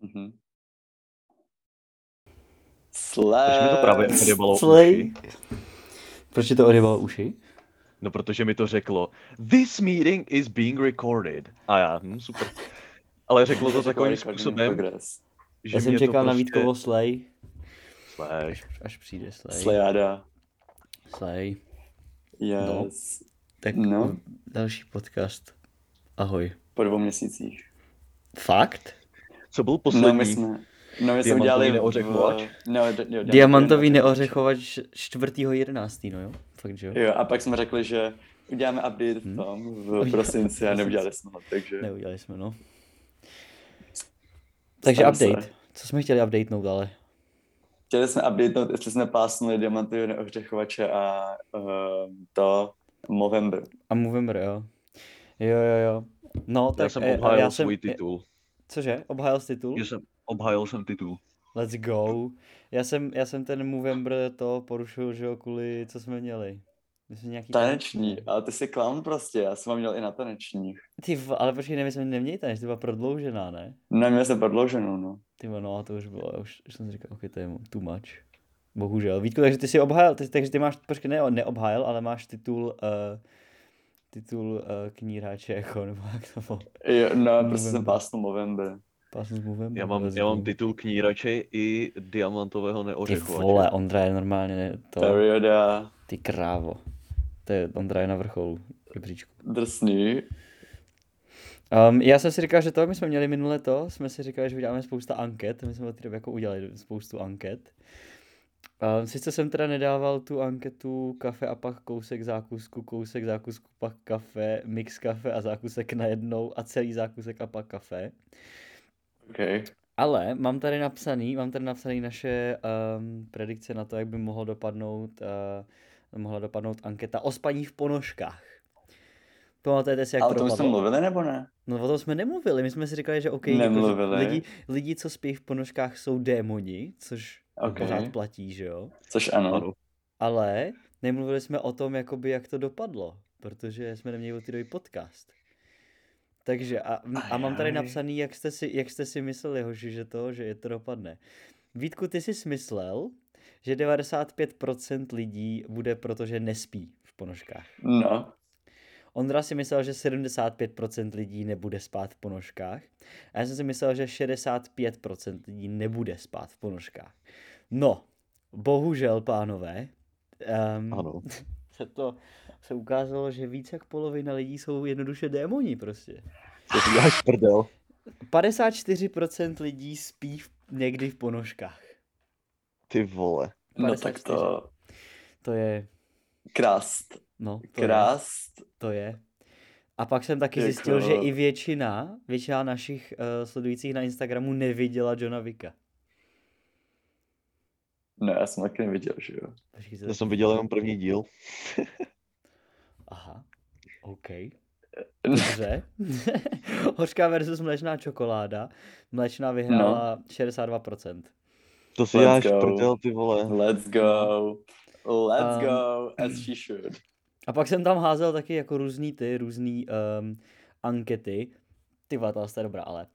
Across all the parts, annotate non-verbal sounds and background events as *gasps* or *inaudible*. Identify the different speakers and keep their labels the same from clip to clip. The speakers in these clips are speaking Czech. Speaker 1: Mhm.
Speaker 2: Proč mi
Speaker 1: Slay.
Speaker 3: Eh,
Speaker 2: to
Speaker 1: *laughs*
Speaker 2: právě odjebalo
Speaker 3: Slay.
Speaker 2: uši?
Speaker 3: Proč ti to odjebalo uši?
Speaker 2: No protože mi to řeklo, this meeting is being recorded. A já, hm, super. Ale řeklo to
Speaker 4: Jako
Speaker 2: takovým způsobem,
Speaker 1: Progress.
Speaker 2: že
Speaker 3: Já jsem
Speaker 2: mě to
Speaker 3: čekal na
Speaker 2: prostě-
Speaker 3: Vítkovo Slay.
Speaker 2: Slash.
Speaker 3: Až, až přijde Slay.
Speaker 1: Slayada.
Speaker 3: Slay. No.
Speaker 1: Yes.
Speaker 3: Tak
Speaker 1: No.
Speaker 3: další podcast. Ahoj.
Speaker 1: Po dvou měsících.
Speaker 3: Fakt?
Speaker 2: Co byl
Speaker 1: No, my
Speaker 2: poslední?
Speaker 1: jsme, no, my jsme
Speaker 2: Diamantový
Speaker 1: udělali... v-
Speaker 2: neořechovač.
Speaker 1: No, d- jo,
Speaker 3: Diamantový neořechovač 4.11. No jo? Fakt, že jo?
Speaker 1: Jo, a pak jsme řekli, že uděláme update
Speaker 2: Hmm.
Speaker 1: v tom, v prosinci, a neudělali jsme ho, takže...
Speaker 3: Neudělali jsme, no. Takže
Speaker 1: Stalo se.
Speaker 3: update. Co jsme chtěli updatenout ale?
Speaker 1: Chtěli jsme updatenout, jestli jsme pásnuli diamantový neořechovače a ehm, to Movember.
Speaker 3: A Movember, jo. Jo, jo, jo. No, tak
Speaker 2: Já jsem
Speaker 3: eh,
Speaker 2: obhájil svůj titul.
Speaker 3: Cože? Obhájil jsi titul?
Speaker 2: Že jsem obhájil jsem titul.
Speaker 3: Let's go. Já jsem, já jsem ten Movember to porušil, že jo, kvůli, co jsme měli. My jsme nějaký
Speaker 1: Taneční,
Speaker 3: měli.
Speaker 1: ale ty jsi clown prostě, já jsem vám měl i na tanečních.
Speaker 3: Ty, v- ale počkej, ne, my jsme neměli taneč, to byla prodloužená, ne?
Speaker 1: No, měl jsem prodlouženou, no.
Speaker 3: Ty vole, no a to už bylo, já už, už jsem si říkal, ok, to je too much. Bohužel. Vítku, takže ty si obhájil, ty, takže ty máš, počkej, ne, neobhájil, ale máš titul, uh, titul uh, kníráče, jako, nebo jak to bylo.
Speaker 1: Jo, no, prostě jsem
Speaker 3: Movember.
Speaker 1: pásnul Movember.
Speaker 3: Pásnu s Movember.
Speaker 2: Já mám,
Speaker 3: let's
Speaker 2: já
Speaker 3: go.
Speaker 2: mám titul knírače i diamantového
Speaker 3: Ty
Speaker 2: neořechovače.
Speaker 3: vole, Ondra je normálně ne- to,
Speaker 1: Perioda,
Speaker 3: ty krávo. To je, Ondra je na vrcholu žebříčku.
Speaker 1: drsný.
Speaker 3: Um, já jsem si říkal, že to, my jsme měli minule to, jsme si říkali, že uděláme spousta anket, my jsme od té doby jako udělali spoustu anket. Um, sice jsem teda nedával tu anketu kafe a pak kousek zákusku, kousek zákusku, pak kafe, mix kafe a zákusek najednou a celý zákusek a pak kafe.
Speaker 1: OK.
Speaker 3: Ale mám tady napsaný, mám tady napsaný naše um, predikce na to, jak by mohlo dopadnout, uh, mohla dopadnout anketa o spaní v ponožkách. Pamatujete si, jak
Speaker 1: Ale
Speaker 3: to
Speaker 1: to už jsme
Speaker 3: dopadlo?
Speaker 1: mluvili, nebo ne?
Speaker 3: No o tom jsme nemluvili, my jsme si říkali, že OK, jako, že
Speaker 1: Nemluvili.
Speaker 3: lidi, lidi, co spí v ponožkách, jsou démoni, což
Speaker 1: OK.
Speaker 3: pořád platí, že jo?
Speaker 1: Což ano.
Speaker 2: Ano.
Speaker 3: Ale nemluvili jsme o tom, jakoby, jak to dopadlo, protože jsme neměli od té doby podcast. Takže a, a mám tady
Speaker 1: Ajaj.
Speaker 3: napsaný, jak jste si, jak jste si mysleli, hoši, že to, že je to dopadne. Vítku, ty jsi smyslel, že 95% lidí bude, protože nespí v ponožkách.
Speaker 1: No.
Speaker 3: Ondra si myslel, že 75% lidí nebude spát v ponožkách a já jsem si myslel, že 65% lidí nebude spát v ponožkách. No, bohužel, pánové, um,
Speaker 2: Ano.
Speaker 3: se to se ukázalo, že víc jak polovina lidí jsou jednoduše démoni prostě.
Speaker 2: Já prdel.
Speaker 3: 54% lidí spí v, někdy v ponožkách.
Speaker 2: Ty vole.
Speaker 1: No tak to...
Speaker 3: To je,
Speaker 1: Krást.
Speaker 3: no, to je.
Speaker 1: Krást.
Speaker 3: To je. A pak jsem taky
Speaker 1: Jako-
Speaker 3: zjistil, že i většina, většina našich uh, sledujících na Instagramu neviděla Johna Vika.
Speaker 1: No, já jsem taky neviděl, že jo.
Speaker 3: Počkej, co
Speaker 2: Já
Speaker 3: to-
Speaker 2: jsem viděl jenom první díl.
Speaker 3: Aha, OK. Dobře. *laughs* Hořká versus mléčná čokoláda. Mléčná vyhrála
Speaker 2: No.
Speaker 3: 62%.
Speaker 2: To si
Speaker 1: Let's
Speaker 2: dáš
Speaker 1: go. Hmm.
Speaker 2: prdel, ty vole.
Speaker 1: Let's go. Let's
Speaker 3: Um,
Speaker 1: go, as she should.
Speaker 3: A pak jsem tam házel taky jako různý ty, různý um, ankety. Ty vole, ta jste dobrá, ale.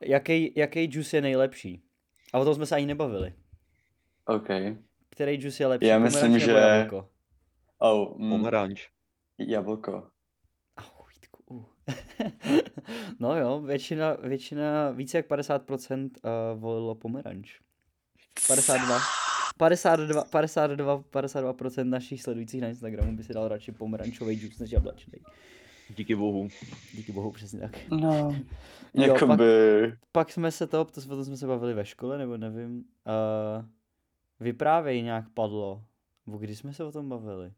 Speaker 3: Jaký, jaký juice je nejlepší? A o tom jsme se ani nebavili.
Speaker 1: OK.
Speaker 3: Který juice je lepší?
Speaker 1: Já myslím,
Speaker 3: pomeranč nebo
Speaker 1: že-
Speaker 3: jablko?
Speaker 1: Oh, mm,
Speaker 2: Pomeranč.
Speaker 1: jablko.
Speaker 3: Au, Vítku, u. *laughs* no jo, většina, většina, více jak 50% uh, volilo pomeranč. 52. 52, 52, 52% našich sledujících na Instagramu by si dal radši pomerančový džus než jablečný.
Speaker 2: Díky bohu.
Speaker 3: Díky bohu, přesně tak.
Speaker 1: No.
Speaker 3: Jo, pak-
Speaker 1: Jakoby...
Speaker 3: Pak jsme se to, to, to jsme se bavili ve škole, nebo nevím, uh, vyprávej nějak padlo. Bo kdy jsme se o tom bavili?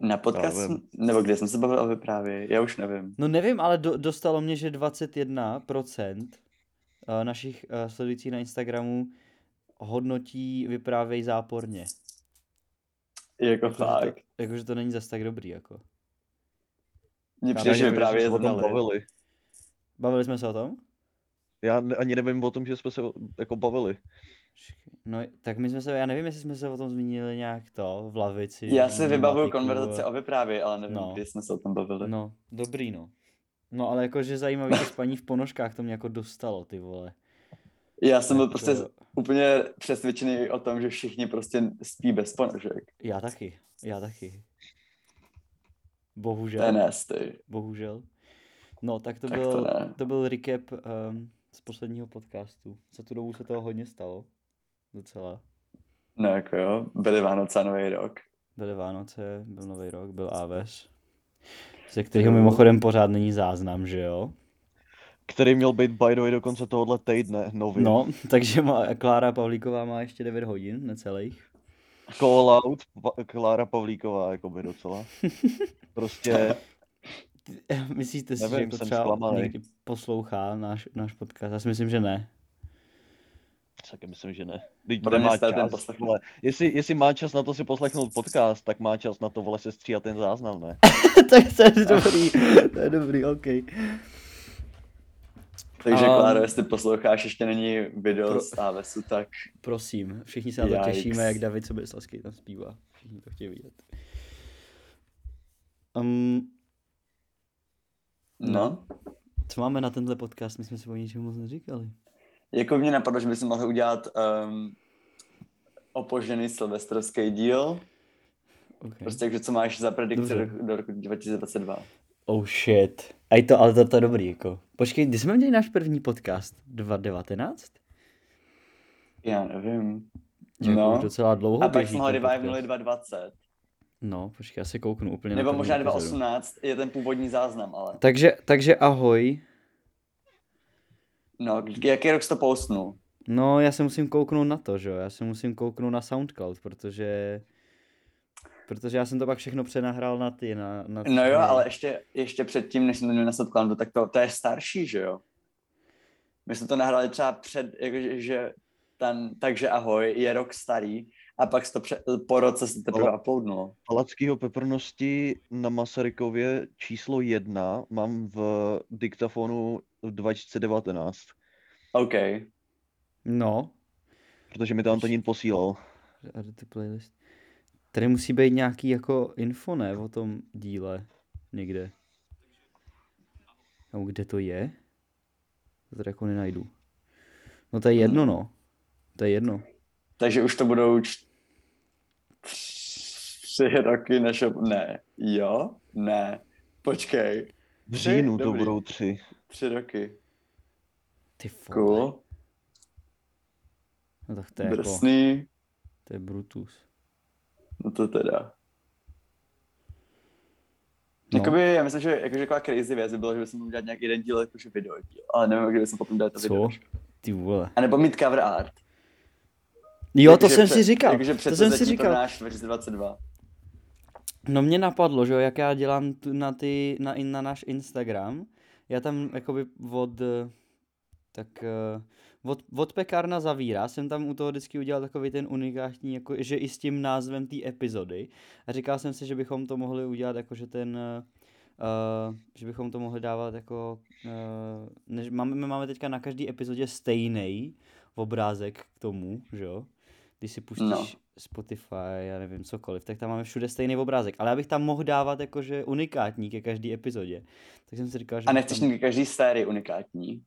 Speaker 1: Na podcast,
Speaker 2: Já nevím.
Speaker 1: jsem- nebo kde jsem se bavil o vyprávě, já už nevím.
Speaker 3: No nevím, ale do, dostalo mě, že 21% eh, našich eh, sledujících na Instagramu hodnotí vyprávěj záporně.
Speaker 1: Jako
Speaker 3: Jakože
Speaker 1: fakt.
Speaker 3: to, jakože to není zas tak dobrý, jako.
Speaker 1: Mně
Speaker 3: Já
Speaker 1: přijde, že
Speaker 3: nevím,
Speaker 1: vyprávě
Speaker 2: jsme
Speaker 1: je
Speaker 2: se o tom
Speaker 1: znali.
Speaker 2: bavili.
Speaker 3: Bavili jsme se o tom?
Speaker 2: Já ne- ani nevím o tom, že jsme se o- jako bavili.
Speaker 3: No, tak my jsme se, já nevím, jestli jsme se o tom zmínili nějak to, v lavici.
Speaker 1: Já
Speaker 3: v
Speaker 1: si vybavuju
Speaker 3: matiku,
Speaker 1: konverzace o vyprávě, ale nevím,
Speaker 3: No.
Speaker 1: kdy jsme se o tom bavili.
Speaker 3: No, dobrý no. No ale jakože zajímavý to spaní v ponožkách, to mě jako dostalo, ty vole.
Speaker 1: Já jsem byl
Speaker 3: Tak,
Speaker 1: prostě
Speaker 3: eh,
Speaker 1: úplně přesvědčený o tom, že všichni prostě spí bez ponožek.
Speaker 3: Já taky, já taky.
Speaker 1: To je
Speaker 3: Bohužel,
Speaker 1: nasty.
Speaker 3: bohužel. No, tak to
Speaker 1: Tak to
Speaker 3: byl,
Speaker 1: ne.
Speaker 3: to byl recap um, z posledního podcastu. Za tu dobu se toho hodně stalo. Docela.
Speaker 1: No jako jo, byly Vánoce a Nový rok.
Speaker 3: Byly Vánoce, byl Nový rok, byl Aves. Ze kterého mimochodem pořád není záznam, že jo?
Speaker 2: Který měl být by the way do konce tohohle týdne, nový.
Speaker 3: No, *laughs* takže má, Klára Pavlíková má ještě 9 hodin necelých. *laughs*
Speaker 2: Call out Pa- Klára Pavlíková, jakoby docela. Prostě,
Speaker 3: Myslíte si,
Speaker 2: Nevím,
Speaker 3: že jako
Speaker 2: jsem
Speaker 3: třeba
Speaker 2: zklamaný.
Speaker 3: někdy poslouchá náš, náš podcast? Já si myslím, že ne.
Speaker 2: taky myslím, že ne. Teď
Speaker 1: Podle mě
Speaker 2: nemá
Speaker 1: si tady ten
Speaker 2: čas,
Speaker 1: poslechne.
Speaker 2: vole. Jestli, jestli má čas na to si poslechnout podcast, tak má čas na to, vole, se stříhat ten záznam, ne?
Speaker 3: *laughs* tak to je *laughs* dobrý, to je dobrý, OK.
Speaker 1: Takže
Speaker 3: A-
Speaker 1: um, Kláro, jestli posloucháš, ještě není video
Speaker 3: Pro-
Speaker 1: z Avesu, tak
Speaker 3: Prosím, všichni se na to
Speaker 1: Yikes.
Speaker 3: těšíme, jak David Soběslavský tam zpívá. Všichni to chtějí vidět. Um,
Speaker 1: no.
Speaker 3: co máme na tenhle podcast? My jsme si o ničem moc neříkali.
Speaker 1: Jako mě napadlo, že bychom mohli udělat um, opožený silvestrovský díl.
Speaker 3: Okay.
Speaker 1: Prostě takže co máš za predikce
Speaker 3: Mhm. Dobře.
Speaker 1: do, do roku 2022.
Speaker 3: Oh shit. A je to, ale to, to je dobrý, jako. Počkej, kdy jsme měli náš první podcast? 2019?
Speaker 1: Já nevím.
Speaker 3: Jako
Speaker 1: No.
Speaker 3: už docela dlouho
Speaker 1: A pak
Speaker 3: běží
Speaker 1: jsme ho
Speaker 3: ten
Speaker 1: revivenuli
Speaker 3: podcast.
Speaker 1: 2020.
Speaker 3: No, počkej, já se kouknu úplně
Speaker 1: Nebo
Speaker 3: první
Speaker 1: možná
Speaker 3: epizodu.
Speaker 1: 2018 je ten původní záznam, ale.
Speaker 3: Takže, takže ahoj.
Speaker 1: No,
Speaker 3: Hmm.
Speaker 1: jaký rok jsi to postnul?
Speaker 3: No, já se musím kouknout na to, že jo? Já se musím kouknout na SoundCloud, protože... Protože já jsem to pak všechno přenahrál na ty, na... na ty,
Speaker 1: No jo, ale ještě, ještě předtím, než jsme to měli na Soundcloudu, tak to, to je starší, že jo? My jsme to nahrali třeba před, jakože, že ten, takže ahoj, je rok starý a pak se to pře, po roce se teprve
Speaker 2: Ale-
Speaker 1: uploadnulo.
Speaker 2: Palackýho peprnosti na Masarykově číslo jedna mám v diktafonu 2019,
Speaker 1: OK,
Speaker 3: No.
Speaker 2: protože mi to Antonín posílal.
Speaker 3: A do ty playlist. Tady musí být nějaký jako info, ne? O tom díle. Někde. No, kde to je? To tady jako nenajdu. No to je jedno, no. To je jedno.
Speaker 1: takže už to budou č- tři roky než... Ne, jo, ne, počkej,
Speaker 2: V říjnu to
Speaker 1: dobrý.
Speaker 2: budou tři.
Speaker 1: tři roky,
Speaker 3: Ty vole.
Speaker 1: cool,
Speaker 3: No tak to je jako,
Speaker 1: drsný,
Speaker 3: to je Brutus.
Speaker 1: no to teda.
Speaker 3: No.
Speaker 1: No. Jakoby, já myslím, že jakože taková crazy věc by bylo, že bychom mohli udělat nějaký jeden díl, jakože video díl, ale nevím, kde bychom potom dali to
Speaker 3: Co?
Speaker 1: video.
Speaker 3: Ty vole.
Speaker 1: A nebo mít cover art.
Speaker 3: Jo, to
Speaker 1: Jakože
Speaker 3: jsem
Speaker 1: před-
Speaker 3: si říkal.
Speaker 1: jakože
Speaker 3: To jsem si
Speaker 1: předsevzetí pro
Speaker 3: říkal.
Speaker 1: náš 2022.
Speaker 3: No mě napadlo, že jo, jak já dělám tu, na, ty, na, in- na náš Instagram, já tam jakoby od, eh, tak, eh, od, od pekárna zavírá, jsem tam u toho vždycky udělal takový ten unikátní, jako, že i s tím názvem té epizody. A říkal jsem si, že bychom to mohli udělat jako, že ten, uh, že bychom to mohli dávat jako, uh, než, máme, my máme teďka na každý epizodě stejný obrázek k tomu, že jo? Když si pustíš
Speaker 1: No.
Speaker 3: Spotify, já nevím, cokoliv, tak tam máme všude stejný obrázek. Ale já bych tam mohl dávat jakože unikátní ke každý epizodě. Tak jsem si říkal, že...
Speaker 1: A
Speaker 3: bych
Speaker 1: nechceš
Speaker 3: tam...
Speaker 1: mít každý sérii unikátní.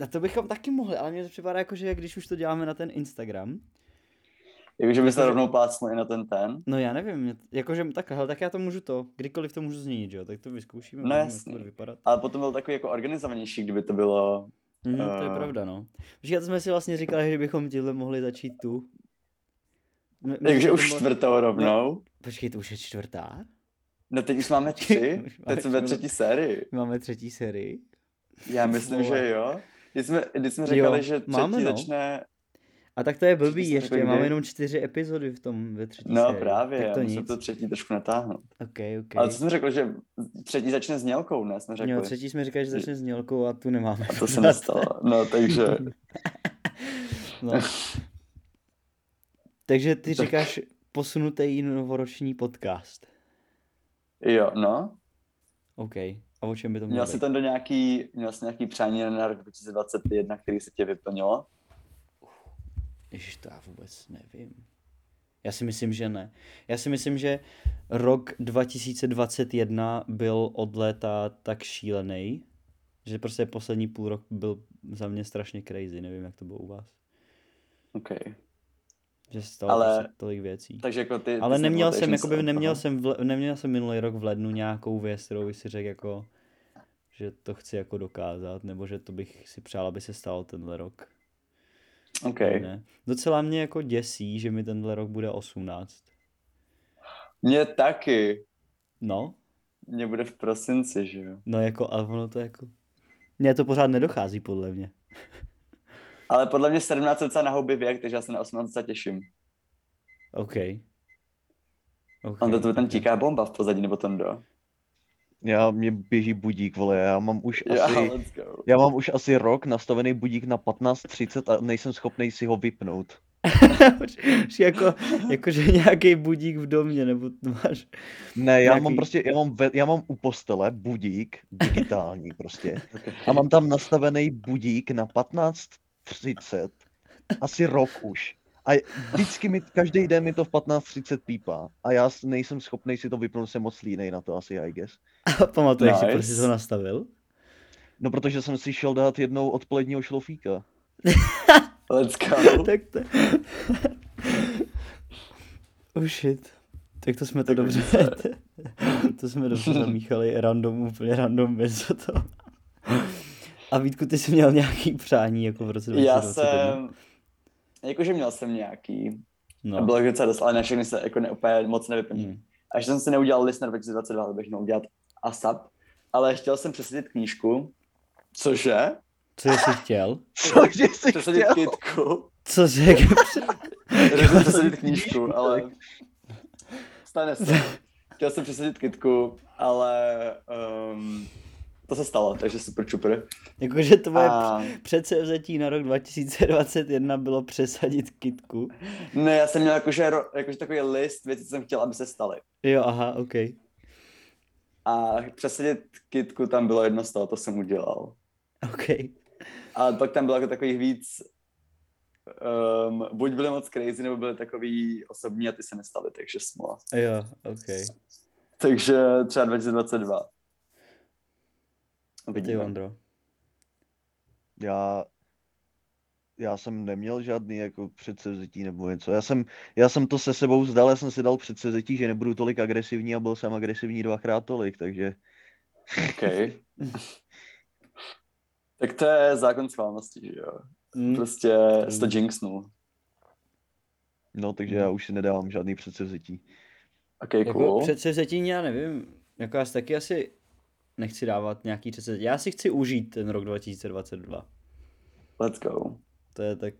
Speaker 3: A to bychom taky mohli, ale mně to připadá jako, že když už to děláme na ten Instagram,
Speaker 1: Jakože by se
Speaker 3: Jakože-
Speaker 1: rovnou plácnul i na ten ten.
Speaker 3: no já nevím, mě- jakože takhle, hele, tak já to můžu to, kdykoliv to můžu změnit, že jo, tak to vyzkoušíme,
Speaker 1: No
Speaker 3: uvidíme, jak to
Speaker 1: jasný.
Speaker 3: bude vypadat.
Speaker 1: Ale potom byl takový jako organizovanější, kdyby to bylo...
Speaker 3: Mhm, to je
Speaker 1: Eh.
Speaker 3: pravda, no. Říkali jsme si vlastně říkali, že bychom tímhle mohli začít tu. M-
Speaker 1: Takže
Speaker 3: myslím,
Speaker 1: už
Speaker 3: že to bylo-
Speaker 1: čtvrtou rovnou.
Speaker 3: Počkej, to už je čtvrtá?
Speaker 1: No teď už máme tři,
Speaker 3: Už *laughs* máme
Speaker 1: teď jsme ve
Speaker 3: čtvrt.
Speaker 1: třetí sérii.
Speaker 3: Máme třetí sérii.
Speaker 1: Já myslím,
Speaker 3: Vole.
Speaker 1: že jo. Když jsme, když jsme
Speaker 3: Jo,
Speaker 1: říkali, že třetí
Speaker 3: máme, no.
Speaker 1: začne...
Speaker 3: A tak to je
Speaker 1: Třetí
Speaker 3: blbý
Speaker 1: série,
Speaker 3: ještě,
Speaker 1: kde-
Speaker 3: máme jenom čtyři epizody v tom ve třetí
Speaker 1: No
Speaker 3: sérii.
Speaker 1: právě,
Speaker 3: Prostě, tak
Speaker 1: já
Speaker 3: to
Speaker 1: musím
Speaker 3: nic.
Speaker 1: to třetí trošku natáhnout.
Speaker 3: Okay, okay.
Speaker 1: Ale co jsem řekl, že třetí začne s nělkou, ne? Jsme řekli.
Speaker 3: Jo, No, třetí jsme říkali, že začne s Nělkou a tu nemáme. *laughs*
Speaker 1: A to se nestalo. No, takže
Speaker 3: No. *laughs* Takže ty
Speaker 1: Tak.
Speaker 3: říkáš posunutý novoroční podcast.
Speaker 1: jo, no.
Speaker 3: OK. A o čem by to mělo
Speaker 1: Měl jsi
Speaker 3: být?
Speaker 1: tam do nějaký, měl jsi nějaký přání na rok 2021, který se tě vyplnilo?
Speaker 3: Ježiš, to já vůbec nevím. Já si myslím, že ne. Já si myslím, že rok 2021 byl od léta tak šílený, Že prostě poslední půl rok byl za mě strašně crazy, nevím, jak to bylo u vás.
Speaker 1: OK.
Speaker 3: Že se stalo
Speaker 1: Ale-
Speaker 3: Ale... prostě tolik věcí.
Speaker 1: Takže jako ty... ty
Speaker 3: Ale
Speaker 1: jsi
Speaker 3: neměl
Speaker 1: nebyl
Speaker 3: jsem,
Speaker 1: Asian
Speaker 3: jakoby,
Speaker 1: Sun,
Speaker 3: neměl
Speaker 1: aha.
Speaker 3: jsem, v, le- neměl jsem minulý rok v lednu nějakou věc, kterou bych si řekl jako, že to chci jako dokázat, nebo že to bych si přál, aby se stalo tenhle rok.
Speaker 1: OK.
Speaker 3: Ne. Docela mě jako děsí, že mi tenhle rok bude 18.
Speaker 1: Mě taky.
Speaker 3: No,
Speaker 1: Mě bude v prosinci, že jo.
Speaker 3: no jako, a ono to jako, mně to pořád nedochází podle mě.
Speaker 1: Ale podle mě 17 je docela na houby věk, takže já se na 18 docela těším.
Speaker 3: OK. OK.
Speaker 1: A to,
Speaker 3: *laughs*
Speaker 1: to tam
Speaker 3: OK.
Speaker 1: tíká bomba v pozadí, nebo tam do.
Speaker 4: Já, mě běží budík, vole, já mám už
Speaker 1: Jo,
Speaker 4: asi...
Speaker 1: let's
Speaker 3: *laughs*
Speaker 1: go.
Speaker 4: Já mám už asi rok nastavený budík na 15.30 a nejsem schopný si ho vypnout.
Speaker 3: Už jako, jako, že nějaký budík v domě, nebo to
Speaker 1: *laughs*
Speaker 3: máš.
Speaker 4: Ne, já mám
Speaker 3: Jaký?
Speaker 4: prostě, já mám, ve, já mám u postele budík digitální *laughs* prostě a mám tam nastavený budík na 15.30 asi rok už. A je- vždycky mi, každý den mi to v 15.30 pípá a já s- nejsem schopný si to vypnout, jsem moc línej na to asi, I guess.
Speaker 3: A pamatuješ si,
Speaker 1: Nice.
Speaker 3: proč jsi to nastavil?
Speaker 4: No protože jsem si šel dát jednou odpoledního šlofíka.
Speaker 1: Let's go.
Speaker 3: tak to... *laughs* oh shit. Tak to jsme to
Speaker 1: Tak
Speaker 3: dobře...
Speaker 1: vidíte.
Speaker 3: *laughs* to jsme dobře zamíchali random, úplně random věc do toho. A Vítku, ty jsi měl nějaký přání jako v roce 2020?
Speaker 1: Já jsem... Jakože měl jsem nějaký, no.
Speaker 3: No.
Speaker 1: bylo jich docela dost, ale na všechny se jako ne, úplně moc nevyplnil.
Speaker 3: Hmm.
Speaker 1: Až jsem si neudělal list na 2022, to bych měl udělat ASAP, ale chtěl jsem přesadit knížku, cože?
Speaker 3: Co jsi chtěl?
Speaker 4: *laughs* Cože jsi
Speaker 1: Přesadit
Speaker 4: chtěl?
Speaker 1: kytku,
Speaker 3: Co jsi
Speaker 1: *laughs*
Speaker 3: *laughs* řekl?
Speaker 1: Řekl jsem přesadit knížku, ale stane se. Chtěl jsem přesadit kytku, ale um, to se stalo, takže super čupr.
Speaker 3: Jakože tvoje a...
Speaker 1: A...
Speaker 3: předsevzetí na rok 2021 bylo přesadit kitku.
Speaker 1: Ne, já jsem měl jakože, ro- jakože takový list věcí, co jsem chtěl, aby se staly.
Speaker 3: Jo, aha, ok.
Speaker 1: A přesadit kitku tam bylo jedno z toho, to jsem udělal.
Speaker 3: Ok.
Speaker 1: A pak tam bylo jako takových víc, um, buď byly moc crazy, nebo byly takový osobní a ty se nestaly, takže smola.
Speaker 3: Jo, ok.
Speaker 1: Takže třeba 2022.
Speaker 3: Ty,
Speaker 1: Uvidíme.
Speaker 3: Ondro.
Speaker 4: Já, já jsem neměl žádný jako předsevzetí nebo něco. Já jsem, já jsem to se sebou vzdal, já jsem si dal předsevzetí, že nebudu tolik agresivní a byl jsem agresivní dvakrát tolik, takže
Speaker 1: Okay.
Speaker 3: *laughs*
Speaker 1: tak to je zákon schválnosti, že jo?
Speaker 3: Mm.
Speaker 1: Prostě jsi to jinxnul.
Speaker 4: no, takže
Speaker 1: Mhm.
Speaker 4: já už si nedávám žádný předsevzetí.
Speaker 1: Ok,
Speaker 3: Jako
Speaker 1: cool.
Speaker 3: předsevzetí já nevím, jako já si taky asi nechci dávat nějaký předsevzetí. Já si chci užít ten rok 2022.
Speaker 1: Let's go.
Speaker 3: To je tak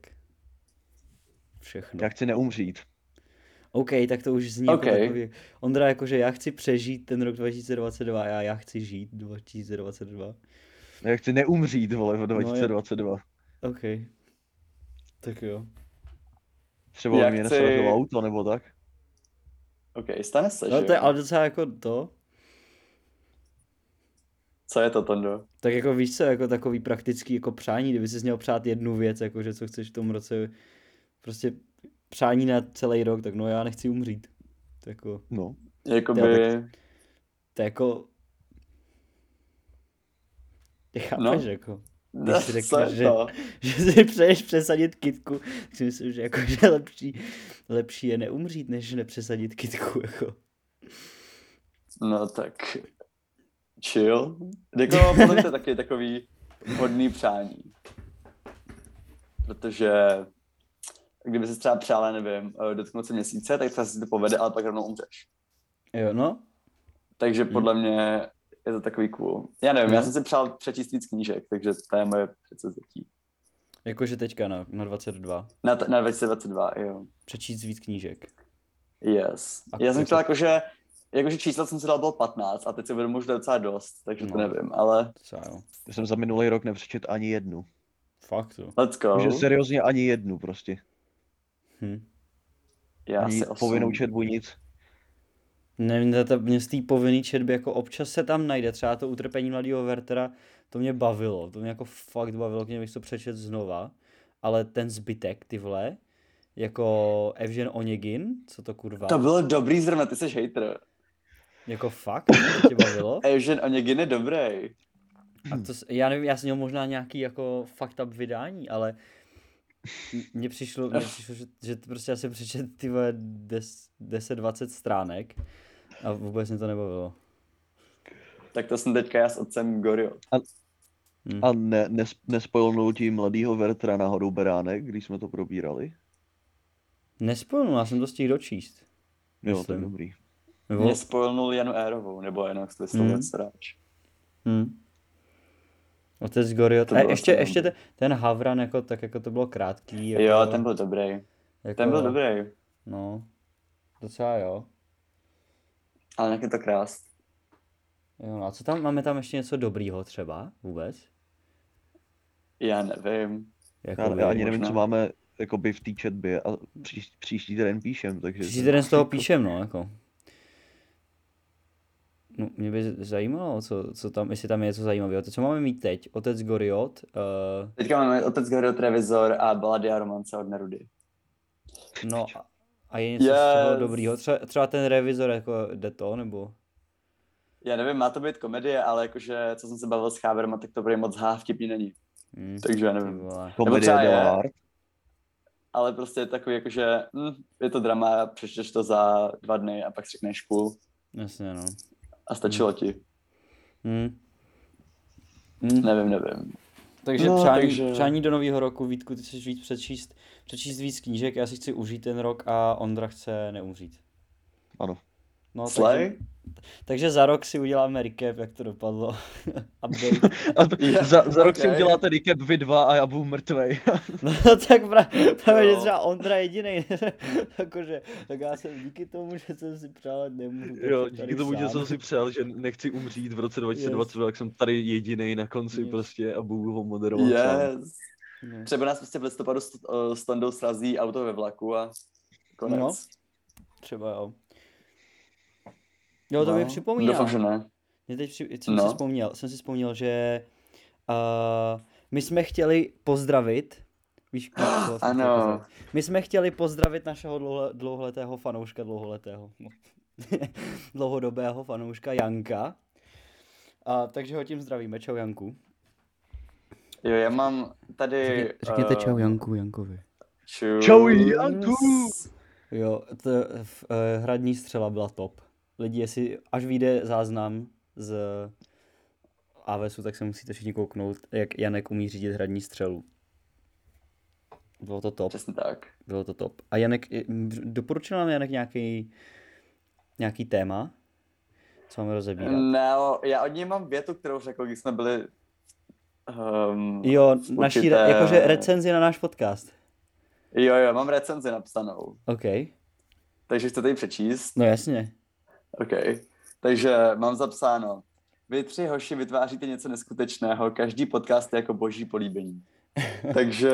Speaker 3: všechno.
Speaker 1: No.
Speaker 4: Já chci neumřít.
Speaker 3: OK, tak to už zní okay.
Speaker 1: OK.
Speaker 3: jako takový. Ondra, jakože já chci přežít ten rok 2022 a já, já chci žít 2022.
Speaker 4: Já chci neumřít, vole,
Speaker 1: No,
Speaker 4: v
Speaker 3: je-
Speaker 4: 2022.
Speaker 3: OK. Tak jo.
Speaker 4: Třeba
Speaker 1: Já
Speaker 4: by mě
Speaker 1: chci-
Speaker 4: nesražilo auto nebo tak.
Speaker 1: Ok, stane se,
Speaker 3: No
Speaker 1: že
Speaker 3: to je
Speaker 1: jo?
Speaker 3: ale docela jako to.
Speaker 1: Co je to, Tondo?
Speaker 3: Tak jako víš co, jako takový praktický jako přání, kdyby si měl přát jednu věc, jakože co chceš v tom roce, prostě přání na celý rok, tak no já nechci umřít. To jako,
Speaker 4: No.
Speaker 1: Jakoby...
Speaker 3: to jako, *laughs* ty chápeš,
Speaker 1: No.
Speaker 3: no. jako, *laughs* Když
Speaker 1: *laughs* Co
Speaker 3: si řekneš,
Speaker 1: je
Speaker 3: že-
Speaker 1: to?
Speaker 3: že si přeješ přesadit kitku, tak si myslím, že jako, *laughs* že lepší, lepší je neumřít, než nepřesadit kitku, *laughs* jako.
Speaker 1: No tak chill.
Speaker 3: *laughs*
Speaker 1: Jako podle mě to je taky takový hodný přání. Protože kdyby se třeba přála, nevím, eh, dotknout se měsíce, tak třeba si to povede, ale pak rovnou umřeš.
Speaker 3: Jo, no,
Speaker 1: Takže
Speaker 3: Mhm.
Speaker 1: podle mě je to takový cool. Já nevím, já
Speaker 3: No.
Speaker 1: jsem si přál přečíst víc knížek, takže to je moje předsevzetí.
Speaker 3: jakože teďka na, na 22,
Speaker 1: Na, t- na 2022, jo.
Speaker 3: přečíst víc knížek.
Speaker 1: Yes.
Speaker 3: A
Speaker 1: já jsem
Speaker 3: jako-
Speaker 1: chtěl jakože, jakože čísla jsem si dal bylo 15 a teď si uvědomuji, že to je docela dost, takže to
Speaker 3: No.
Speaker 1: nevím, ale
Speaker 3: Docela jo.
Speaker 4: Já jsem za minulý rok nepřečet ani jednu.
Speaker 3: Fakt, jo.
Speaker 1: let's go.
Speaker 4: Že seriózně ani jednu prostě.
Speaker 3: Hm.
Speaker 1: Já
Speaker 4: Ani
Speaker 1: si osm.
Speaker 4: povinnou četbu nic.
Speaker 3: Nevím, to- to mě z té povinné četby, jako občas se tam najde, třeba to utrpení mladého Wertera, to mě bavilo, to mě jako fakt bavilo, když bych to přečet znova, ale ten zbytek, ty vole, jako Evžen Onegin, co to kurva,
Speaker 1: To bylo dobrý zrovna, ty jsi hater.
Speaker 3: jako fakt, to tě bavilo?
Speaker 1: Asian Onegin je dobrý.
Speaker 3: A to, s- já nevím, já jsem měl možná nějaký jako fucked up vydání, ale m- mně přišlo, mně přišlo že, že t- prostě já jsem přečet ty vole, des- 10-20 stránek a vůbec mě to nebavilo.
Speaker 1: Tak to jsem teďka já s otcem Gorio. Mhm.
Speaker 3: Hm.
Speaker 2: A ne, nes, nespojilnul ti mladýho Vertra náhodou beránek, když jsme to probírali?
Speaker 3: Nespomenu, no, já jsem to stihl dočíst.
Speaker 2: Jo, to je
Speaker 3: Myslím.
Speaker 2: dobrý.
Speaker 3: Nebo,
Speaker 1: Mě spojnul Janu Érovou, nebo jenom jestli jsem
Speaker 3: Mhm.
Speaker 1: mm. sráč.
Speaker 3: hm. Otec Gorio,
Speaker 1: To
Speaker 3: to a
Speaker 1: bylo
Speaker 3: ještě,
Speaker 1: asi
Speaker 3: ještě ten, ten Havran, jako, tak jako to bylo krátký. Jako,
Speaker 1: Jo, ten byl dobrý.
Speaker 3: jako,
Speaker 1: Ten byl dobrý,
Speaker 3: No, docela jo.
Speaker 1: ale nech je to krást.
Speaker 3: jo. no, A co tam, máme tam ještě něco dobrýho třeba vůbec?
Speaker 1: Já nevím.
Speaker 3: Jako,
Speaker 2: Já, já ani nevím,
Speaker 1: možná.
Speaker 2: co máme jakoby v té četbě a příš, příští týden píšem, takže...
Speaker 3: Příští týden z toho píšem, no, jako. No, mě by zajímalo, co, co tam, jestli tam je něco zajímavého. To, co máme mít teď? Otec Goriot, uh,
Speaker 1: Teďka máme Otec Gorio Trevizor a Balady a romance od Nerudy.
Speaker 3: no a- a je něco yes. z toho
Speaker 1: Yes.
Speaker 3: dobrýho. Třeba, třeba ten revizor, jako jde to, nebo...
Speaker 1: Já nevím, má to být komedie, ale jakože, co jsem se bavil s Cháverma, tak to prý moc há vtipný není.
Speaker 3: Hmm,
Speaker 1: Takže já
Speaker 3: ty
Speaker 1: nevím.
Speaker 3: vole.
Speaker 1: Nebo
Speaker 2: Komedie
Speaker 1: třeba je-
Speaker 2: Delart.
Speaker 1: Ale prostě je takový, jakože, hm, je to drama, přečteš to za dva dny a pak si řekneš půl
Speaker 3: Jasně, no.
Speaker 1: a stačilo ti.
Speaker 3: Hmm. Hmm.
Speaker 1: Nevím, nevím.
Speaker 3: Takže, no,
Speaker 1: No,
Speaker 3: přání, takže
Speaker 1: takže-
Speaker 3: přání do nového roku, Vítku, ty chceš víc přečíst, přečíst víc knížek, já si chci užít ten rok a Ondra chce neumřít.
Speaker 2: Ano.
Speaker 3: No, takže,
Speaker 1: Slay?
Speaker 3: takže za rok si uděláme recap, jak to dopadlo. *laughs* Update.
Speaker 2: A to,
Speaker 1: Je-
Speaker 2: za, za rok si
Speaker 1: *laughs* ok.
Speaker 2: uděláte recap vy dva a já budu mrtvej.
Speaker 3: No tak pra, právě, že
Speaker 1: Jo.
Speaker 3: třeba Ondra jediný. *laughs* jakože, tak já jsem díky tomu, že jsem si přálet nemůžu. tak
Speaker 4: Jo,
Speaker 3: jsem tady
Speaker 4: díky tomu, že
Speaker 3: sám.
Speaker 4: jsem si přál, že nechci umřít v roce 2022, tak jsem tady jediný na konci
Speaker 3: Yes.
Speaker 4: prostě a budu ho moderovat sám.
Speaker 1: Yes.
Speaker 3: No.
Speaker 1: Třeba nás prostě v listopadu s, eh, s Tondou srazí auto ve vlaku a konec.
Speaker 3: No, Třeba jo. Jo, to
Speaker 2: No.
Speaker 1: No.
Speaker 3: mi připomíná.
Speaker 1: Doufám, že ne.
Speaker 3: Mě teď při... jsem, si
Speaker 1: No.
Speaker 3: vzpomněl, jsem si vzpomněl, že uh, my jsme chtěli pozdravit, víš,
Speaker 1: *gasps*
Speaker 3: koho jsme chtěli
Speaker 1: Ano.
Speaker 3: pozdravit? my jsme chtěli pozdravit našeho dlouhle, dlouholetého fanouška, dlouholetého, no. *laughs* dlouhodobého fanouška Janka. A, takže ho tím zdravíme, čau Janku.
Speaker 1: Jo, já mám tady...
Speaker 3: Řekněte
Speaker 1: eh,
Speaker 3: čau Janku Jankovi.
Speaker 1: Čus.
Speaker 2: Čau, Janku!
Speaker 3: Jo, to, v, uh, hradní střela byla top. Lidi, jestli až vyjde záznam z AVSu, tak se musíte všichni kouknout, jak Janek umí řídit hradní střelu. Bylo to top,
Speaker 1: Přesně tak.
Speaker 3: bylo to top. A Janek, i- m, doporučil nám Janek nějaký, nějaký téma, co máme rozebírat.
Speaker 1: No, já od něj mám větu, kterou řekl, když jsme byli... Um,
Speaker 3: Jo,
Speaker 1: v
Speaker 3: naší,
Speaker 1: určité-
Speaker 3: re, jakože recenzi na náš podcast.
Speaker 1: Jo, jo, mám recenzi napsanou.
Speaker 3: OK,
Speaker 1: Takže chcete ji přečíst?
Speaker 3: no jasně.
Speaker 1: OK. Takže mám zapsáno. Vy tři hoši vytváříte něco neskutečného, každý podcast je jako boží
Speaker 3: *laughs*
Speaker 1: políbení. Takže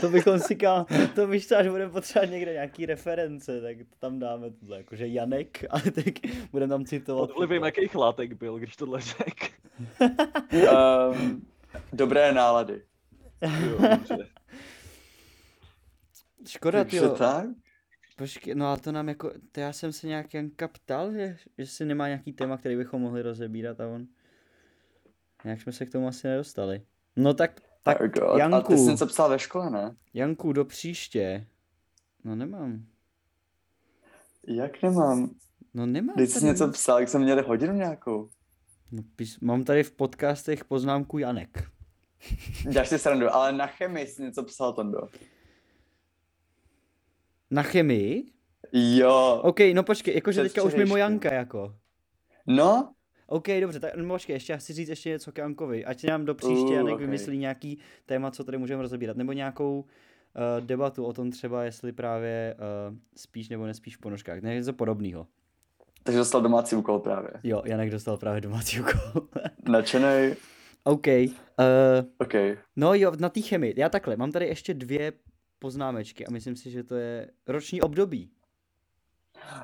Speaker 3: To bychom si kal, to víš co, až budeme potřebovat někde nějaký reference, tak to tam dáme tohle, jakože Janek, *laughs* ale tak budeme tam citovat.
Speaker 4: Pod vlivem jakých látek byl, když
Speaker 1: *laughs*
Speaker 4: tohle řekl.
Speaker 1: um, dobré nálady.
Speaker 4: Jo, dobře.
Speaker 3: Škoda,
Speaker 1: Takže
Speaker 3: jo.
Speaker 1: tak?
Speaker 3: Počkej, no a to nám jako, to já jsem se nějak Janka ptal, že, jestli nemá nějaký téma, který bychom mohli rozebírat a on, nějak jsme se k tomu asi nedostali. No tak, tak
Speaker 1: Oh God. A
Speaker 3: Janku,
Speaker 1: ty jsi něco psal ve škole, ne?
Speaker 3: Janku, do příště. No nemám,
Speaker 1: Jak nemám?
Speaker 3: no nemám.
Speaker 1: Když jsi
Speaker 3: tady-
Speaker 1: něco psal, jak jsem měl hodinu nějakou.
Speaker 3: no, pís, mám tady v podcastech poznámku Janek.
Speaker 1: Děláš si srandu, ale na chemii jsi něco psal, Tondo.
Speaker 3: Na chemii?
Speaker 1: Jo.
Speaker 3: OK, no počkej, jakože teďka už mimo
Speaker 1: Předvčerejšku.
Speaker 3: Janka jako.
Speaker 1: No,
Speaker 3: OK, dobře, tak no, počkej, ještě já chci říct ještě něco k Jankovi. Ať nám do příště
Speaker 1: Uh,
Speaker 3: Janek
Speaker 1: ok.
Speaker 3: vymyslí nějaký téma, co tady můžeme rozebírat, nebo nějakou uh, debatu o tom třeba, jestli právě uh, spíš nebo nespíš v ponožkách, ne, něco podobného.
Speaker 1: takže dostal domácí úkol právě.
Speaker 3: Jo, Janek dostal právě domácí úkol. *laughs*
Speaker 1: Nadšenej.
Speaker 3: OK, uh,
Speaker 1: OK.
Speaker 3: No jo, na té chemii. Já takhle, mám tady ještě dvě poznámečky a myslím si, že to je roční období.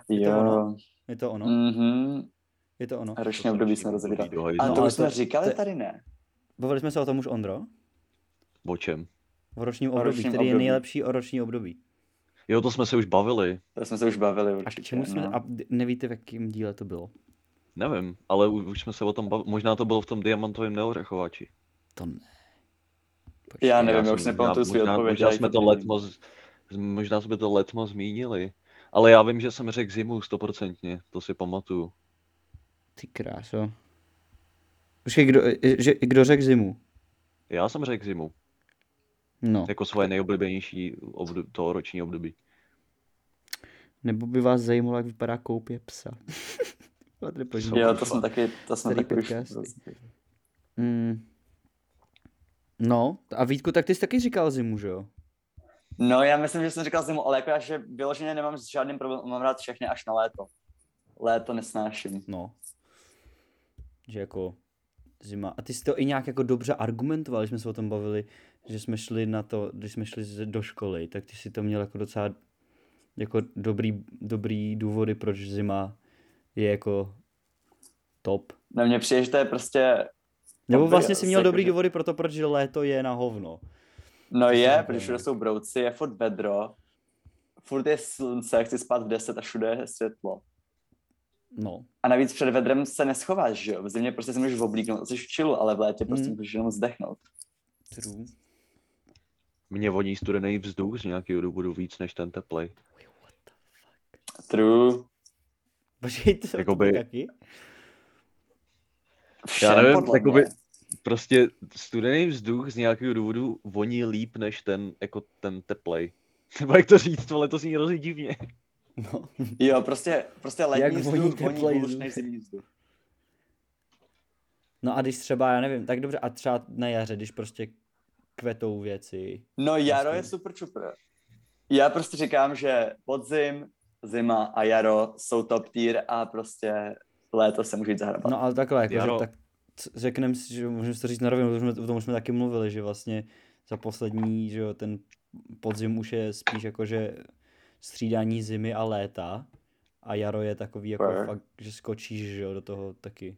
Speaker 3: to ono?
Speaker 1: Jo.
Speaker 3: Je to ono?
Speaker 1: Mhm.
Speaker 3: Je to ono?
Speaker 1: Roční období jsme rozebírali.
Speaker 4: Do hajzlu.
Speaker 1: A
Speaker 3: No,
Speaker 1: to
Speaker 3: ale
Speaker 1: už jsme
Speaker 3: to- to
Speaker 1: říkali
Speaker 3: je-
Speaker 1: tady, ne?
Speaker 3: Bavili jsme se o tom už, Ondro?
Speaker 4: O čem?
Speaker 3: O ročním
Speaker 1: O
Speaker 3: období,
Speaker 1: ročním
Speaker 3: který je
Speaker 1: období.
Speaker 3: nejlepší o roční období.
Speaker 4: Jo, to jsme se už bavili.
Speaker 1: To jsme se už bavili
Speaker 3: A k
Speaker 1: určitě.
Speaker 3: čemu jsme,
Speaker 1: no.
Speaker 3: a d- nevíte, v jakém díle to bylo?
Speaker 4: Nevím, ale u- už jsme se o tom bavili. Možná to bylo v tom diamantovém neorechovači.
Speaker 3: To ne. Počkej,
Speaker 1: Já nevím,
Speaker 4: si
Speaker 1: já už
Speaker 4: možná-
Speaker 1: nepamatuju svůj
Speaker 4: možná-
Speaker 1: odpověď.
Speaker 4: Možná
Speaker 1: ale
Speaker 4: jsme
Speaker 1: je
Speaker 4: to
Speaker 1: divný.
Speaker 4: letmo, z- z- možná jsme to letmo zmínili. Ale já vím, že jsem řekl zimu stoprocentně, to si pamatuju.
Speaker 3: Ty kráso. Počkej, kdo, že, kdo řekl zimu?
Speaker 4: Já jsem řekl zimu,
Speaker 3: No,
Speaker 4: jako svoje nejoblíbenější období, to roční období.
Speaker 3: nebo by vás zajímalo, jak vypadá koupě psa. *laughs* Padre Požnou.
Speaker 1: Jo, to jsem taky, to jsem
Speaker 3: Starý
Speaker 1: taky už...
Speaker 3: podcast. Mm. No, a Vítku, tak ty jsi taky říkal zimu, že jo?
Speaker 1: No, já myslím, že jsem říkal zimu, ale jako já, že vyloženě nemám s žádným problém, mám rád všechny až na léto. Léto nesnáším.
Speaker 3: No. Že jako zima. A ty jsi to i nějak jako dobře argumentoval, když jsme se o tom bavili, že jsme šli na to, když jsme šli z- do školy, tak ty si to měl jako docela jako dobrý, dobrý důvody, proč zima je jako top.
Speaker 1: Na mě přijde, že to je prostě...
Speaker 3: Nebo
Speaker 1: Dobrý,
Speaker 3: vlastně si
Speaker 1: asi
Speaker 3: měl
Speaker 1: jako,
Speaker 3: dobrý
Speaker 1: že-
Speaker 3: důvody pro to, proč léto je na hovno.
Speaker 1: No
Speaker 3: To si
Speaker 1: je,
Speaker 3: říkám,
Speaker 1: protože všude
Speaker 3: no.
Speaker 1: jsou brouci, je furt vedro, furt je slunce, chci spát v 10 a všude je světlo.
Speaker 3: No,
Speaker 1: A navíc před vedrem se neschováš, že jo? V zimě prostě se můžeš oblíknout, jsi v čilu, ale v létě prostě
Speaker 3: Mm.
Speaker 1: můžeš jenom zdechnout.
Speaker 3: true.
Speaker 4: Mě voní studený vzduch z nějakého důvodu víc než ten teplej.
Speaker 3: What the fuck?
Speaker 1: True.
Speaker 3: Počkej, to
Speaker 4: Jakoby-
Speaker 3: Jakoby... taky?
Speaker 1: Všem,
Speaker 4: nevím,
Speaker 1: podle
Speaker 4: jakoby-
Speaker 1: mě.
Speaker 4: Prostě studený vzduch z nějakého důvodu voní líp než ten, jako ten teplej. *laughs* Nebo jak to říct, tohle to zní hrozně divně.
Speaker 3: No,
Speaker 1: Jo, prostě, prostě letní
Speaker 3: Jak voní
Speaker 1: vzduch voní
Speaker 3: teplej
Speaker 1: hůř
Speaker 3: vzduch.
Speaker 1: než zimní vzduch.
Speaker 3: No a když třeba, já nevím, tak dobře, a třeba na jaře, když prostě kvetou věci.
Speaker 1: No jaro je
Speaker 3: Jasně.
Speaker 1: super čupr. Já prostě říkám, že podzim, zima a jaro jsou top tier a prostě léto se může jít zahrabat. No.
Speaker 3: No ale takhle, jako,
Speaker 4: Jaro.
Speaker 3: že, tak c- řekneme si, že můžeme si to říct na rovinu, protože jsme- o tom už jsme taky mluvili, že vlastně za poslední, že jo, ten podzim už je spíš jako, že střídání zimy a léta a jaro je takový jako
Speaker 1: Fair.
Speaker 3: fakt, že skočíš, že jo, do toho taky.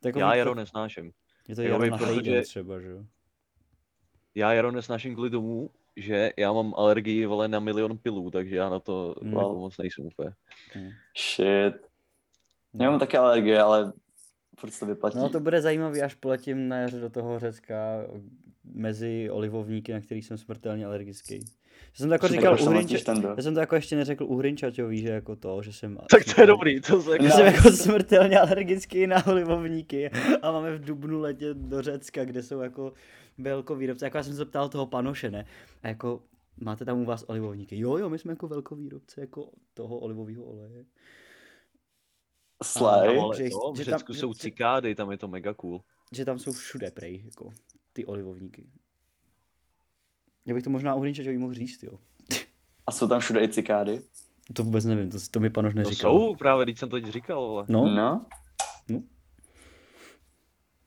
Speaker 3: Takový,
Speaker 4: Já jaro nesnášem.
Speaker 3: Je to
Speaker 4: já
Speaker 3: jaro
Speaker 4: bych
Speaker 3: na
Speaker 4: proto,
Speaker 3: týden
Speaker 4: prostě že-
Speaker 3: třeba, že jo.
Speaker 4: Já jaro nesnáším kvůli tomu, že já mám alergii vole na milion pilů, takže já na to
Speaker 3: Mm.
Speaker 4: jako moc nejsem úplně.
Speaker 1: Shit.
Speaker 3: No.
Speaker 1: Já mám taky alergie, ale furt se to vyplatí.
Speaker 3: No to bude zajímavý, až poletím na jaře do toho Řecka mezi olivovníky, na kterých jsem smrtelně alergický. Já jsem to jako
Speaker 1: Že
Speaker 3: říkal
Speaker 1: takhle
Speaker 3: uhrinče,
Speaker 1: šamatníš ten do.
Speaker 3: já jsem to jako ještě neřekl uhrinčaťový, že jako to, že jsem...
Speaker 4: Tak to je dobrý, to se jako...
Speaker 3: Že
Speaker 1: No.
Speaker 3: jsem jako smrtelně alergický na olivovníky a máme v Dubnu letět do Řecka, kde jsou jako velkovýrobce. Jako já jsem se ptal toho panoše, ne? A jako máte tam u vás olivovníky? Jo, jo, my jsme jako velkovýrobce jako toho olivového oleje.
Speaker 1: Slay.
Speaker 3: Ano,
Speaker 4: Ale
Speaker 3: že-
Speaker 4: jo, v
Speaker 3: že tam-
Speaker 4: Řecku
Speaker 3: že-
Speaker 4: jsou
Speaker 3: že-
Speaker 4: cikády, tam je to mega cool.
Speaker 3: že tam jsou všude prej, jako ty olivovníky. Já bych to možná uhrinčaťový mohl říct, jo.
Speaker 1: A jsou tam všude i cikády.
Speaker 3: To vůbec nevím, to, to mi panoš
Speaker 4: To
Speaker 3: neříkal.
Speaker 4: jsou právě, když jsem to teď říkal, vole.
Speaker 3: No, no.
Speaker 1: No.
Speaker 3: No.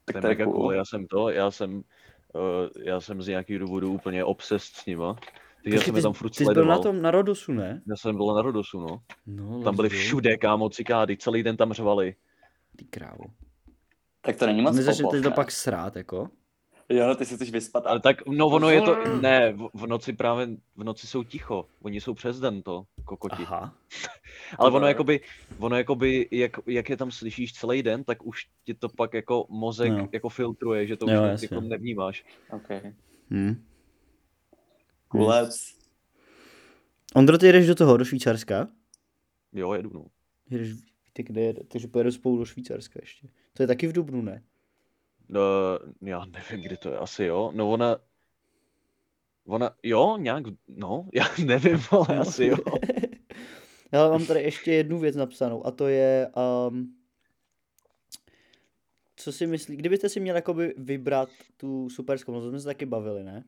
Speaker 4: To
Speaker 1: Tak
Speaker 4: je
Speaker 1: to je
Speaker 4: mega cool.
Speaker 1: cool.
Speaker 4: Já jsem to, já jsem, uh, já jsem z nějakých důvodů úplně obsessed s nima. Takže já
Speaker 3: Počkej,
Speaker 4: jsem
Speaker 3: ty,
Speaker 4: je tam
Speaker 3: jsi-
Speaker 4: furt
Speaker 3: ty jsi byl na
Speaker 4: sledoval.
Speaker 3: tom, na Rodosu, ne?
Speaker 4: Já jsem byl na Rodosu, no.
Speaker 3: No,
Speaker 4: Tam byly
Speaker 3: let's go.
Speaker 4: všude, kámo, cikády, celý den tam řvali.
Speaker 3: Ty krávo.
Speaker 1: Tak to není moc
Speaker 3: My začneme
Speaker 1: popov,
Speaker 3: teď to
Speaker 1: ne?
Speaker 3: pak srát, jako.
Speaker 1: Jo, no, ty si chceš vyspat.
Speaker 4: Ale
Speaker 1: Ale...
Speaker 4: tak, no ono je to, ne, v, v noci právě, v noci jsou ticho, oni jsou přes den to, kokoti.
Speaker 3: Aha.
Speaker 4: Ale ono
Speaker 1: Dobré.
Speaker 4: jakoby, ono jakoby jak, jak je tam slyšíš celý den, tak už ti to pak jako mozek
Speaker 3: Jo.
Speaker 4: jako filtruje, že to už
Speaker 3: Jo,
Speaker 4: jo,
Speaker 3: jasně.
Speaker 4: jako nevnímáš.
Speaker 1: Okay.
Speaker 3: Hm.
Speaker 1: Kulec.
Speaker 3: Ondro, ty jdeš do toho, do Švýcarska?
Speaker 4: Jo, jedu, no.
Speaker 3: Jdeš, víte, kde jede, takže pojedu spolu do Švýcarska ještě. To je taky v Dubnu, ne?
Speaker 4: no. Já nevím, kde to je, asi jo. No ona, ona, jo, nějak, no, *laughs* já nevím, ale asi jo.
Speaker 3: Já mám tady ještě jednu věc napsanou a to je, um, co si myslí, kdybyste si měl jakoby vybrat tu superskou, no to jsme se taky bavili, ne?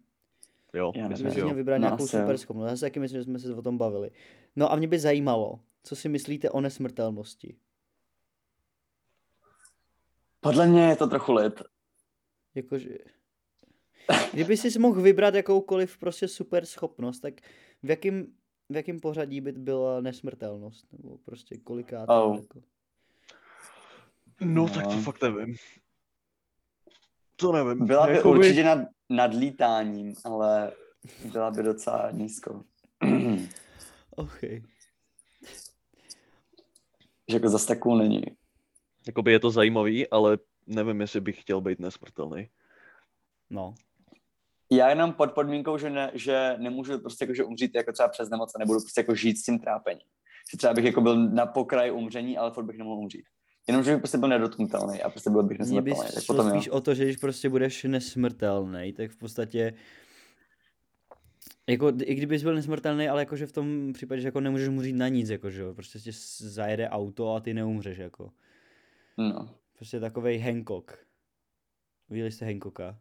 Speaker 4: Jo,
Speaker 1: Já
Speaker 4: myslím,
Speaker 3: Myslím,
Speaker 1: nevím.
Speaker 4: že
Speaker 3: že měl
Speaker 4: jo.
Speaker 3: vybrat
Speaker 1: No,
Speaker 3: nějakou
Speaker 1: asi jo.
Speaker 3: superskou, no já si taky myslím, že jsme se o tom bavili. No a mě by zajímalo, co si myslíte o nesmrtelnosti?
Speaker 1: Podle mě je to trochu lid.
Speaker 3: Jakože... Kdyby si mohl vybrat jakoukoliv prostě super schopnost, tak v jakým, v jakým pořadí by byla nesmrtelnost? Nebo prostě koliká to
Speaker 1: Au.
Speaker 3: jako...
Speaker 4: No, tak to
Speaker 1: No.
Speaker 4: fakt nevím. To nevím.
Speaker 1: Byla by
Speaker 4: Jakoby-
Speaker 1: určitě nad, nad lítáním, ale byla by docela nízko. *clears throat*
Speaker 3: Okay.
Speaker 1: že jako zase tak cool není.
Speaker 4: Jakoby je to zajímavý, ale nevím, jestli bych chtěl být nesmrtelný.
Speaker 3: No.
Speaker 1: Já jenom pod podmínkou, že, ne, že nemůžu prostě jako, že umřít jako třeba přes nemoc a nebudu prostě jako žít s tím trápením. Že třeba bych jako byl na pokraji umření, ale furt bych nemohl umřít. Jenom, že bych prostě byl nedotknutelný a prostě byl bych
Speaker 3: Mně by
Speaker 1: nesmrtelný. Tak
Speaker 3: šlo
Speaker 1: potom jo.
Speaker 3: spíš o to, že když prostě budeš nesmrtelný, tak v podstatě jako, i kdybys byl nesmrtelný, ale jakože v tom případě, že jako nemůžeš umřít na nic, jako, že jo. Prostě tě s- zajede auto a ty neumřeš, jako.
Speaker 1: No,
Speaker 3: Prostě takovej Hancock. Viděli jste Hancocka?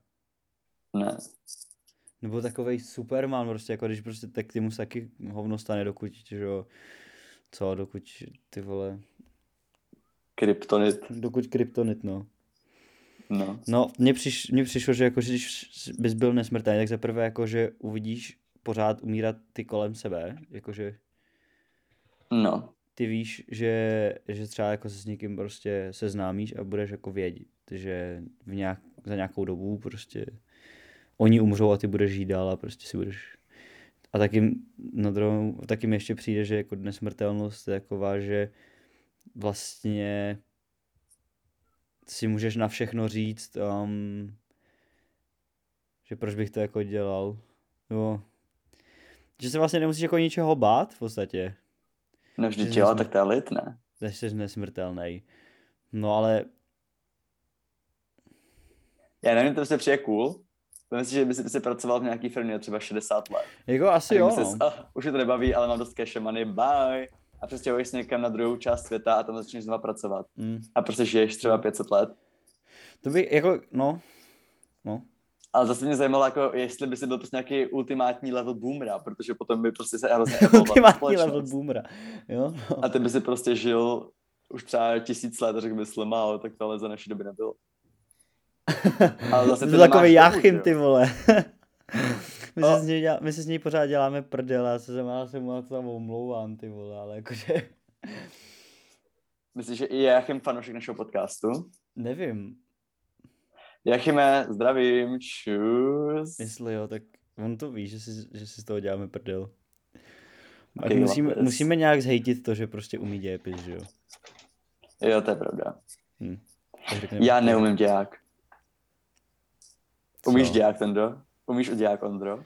Speaker 1: ne.
Speaker 3: Nebo takovej Superman prostě, jako když prostě, tak ty mu se taky hovno stane, dokud, že jo, co, dokud, ty vole,
Speaker 1: Kryptonit,
Speaker 3: dokud kryptonit, no.
Speaker 1: no.
Speaker 3: No, mně, přiš, mně přišlo, že jako, že když bys byl nesmrtelný, tak zaprvé jako, že uvidíš pořád umírat ty kolem sebe, jako, jakože
Speaker 1: No,
Speaker 3: ty víš, že, že třeba jako se s někým prostě seznámíš a budeš jako vědět, že v nějak, za nějakou dobu prostě oni umřou a ty budeš žít dál a prostě si budeš a taky na druhou, taky mi ještě přijde, že jako nesmrtelnost je taková, že vlastně si můžeš na všechno říct, um, že proč bych to jako dělal, nebo že se vlastně nemusíš jako ničeho bát v podstatě.
Speaker 1: no vždyť
Speaker 3: Že
Speaker 1: jo,
Speaker 3: jsme-
Speaker 1: tak to je lid, ne?
Speaker 3: Než jsi nesmrtelný. No ale
Speaker 1: Já nevím, to se přijde cool. To myslím, že by si, by si pracoval v nějaký firmě třeba 60 let.
Speaker 3: jako asi
Speaker 1: A
Speaker 3: jo.
Speaker 1: jim
Speaker 3: no.
Speaker 1: Se, oh, už je to nebaví, ale mám dost cash money, bye. A přestěhuješ se někam na druhou část světa a tam začneš znova pracovat.
Speaker 3: Mm.
Speaker 1: A prostě žiješ třeba 500 let.
Speaker 3: To by jako, no. No.
Speaker 1: Ale zase mě zajímalo, jako, jestli by si byl prostě nějaký ultimátní level boomera, protože potom by prostě se
Speaker 3: *laughs*
Speaker 1: hrozně evolvovala
Speaker 3: Ultimátní
Speaker 1: společnost.
Speaker 3: level boomera. Jo? No.
Speaker 1: A ty by si prostě žil už třeba tisíc let a řekl bys, málo, tak tohle za naší doby
Speaker 3: *laughs*
Speaker 1: nebylo. Ale zase
Speaker 3: to
Speaker 1: ty
Speaker 3: byl
Speaker 1: nemáš
Speaker 3: takový
Speaker 1: dobu, že
Speaker 3: Jachim,
Speaker 1: jo? *laughs*
Speaker 3: ty vole. my,
Speaker 1: No.
Speaker 3: se s ní, dělá- my se s ní pořád děláme prdel, já se za má se mu na to tam omlouvám, ty vole, ale jakože, *laughs*
Speaker 1: Myslíš, že i Jachim fanoušek našeho podcastu?
Speaker 3: nevím,
Speaker 1: Jachime, zdravím, čus.
Speaker 3: jestli jo, tak on to ví, že si, že si z toho děláme prdel. Tak
Speaker 1: Okay,
Speaker 3: musíme,
Speaker 1: Lopez.
Speaker 3: musíme nějak zhejtit to, že prostě umí dějepis, že jo.
Speaker 1: Jo, to je pravda.
Speaker 3: Tak řekneme
Speaker 1: Já
Speaker 3: to.
Speaker 1: neumím děják. Umíš
Speaker 3: Co?
Speaker 1: děják, Tendo? Umíš děják, Ondro?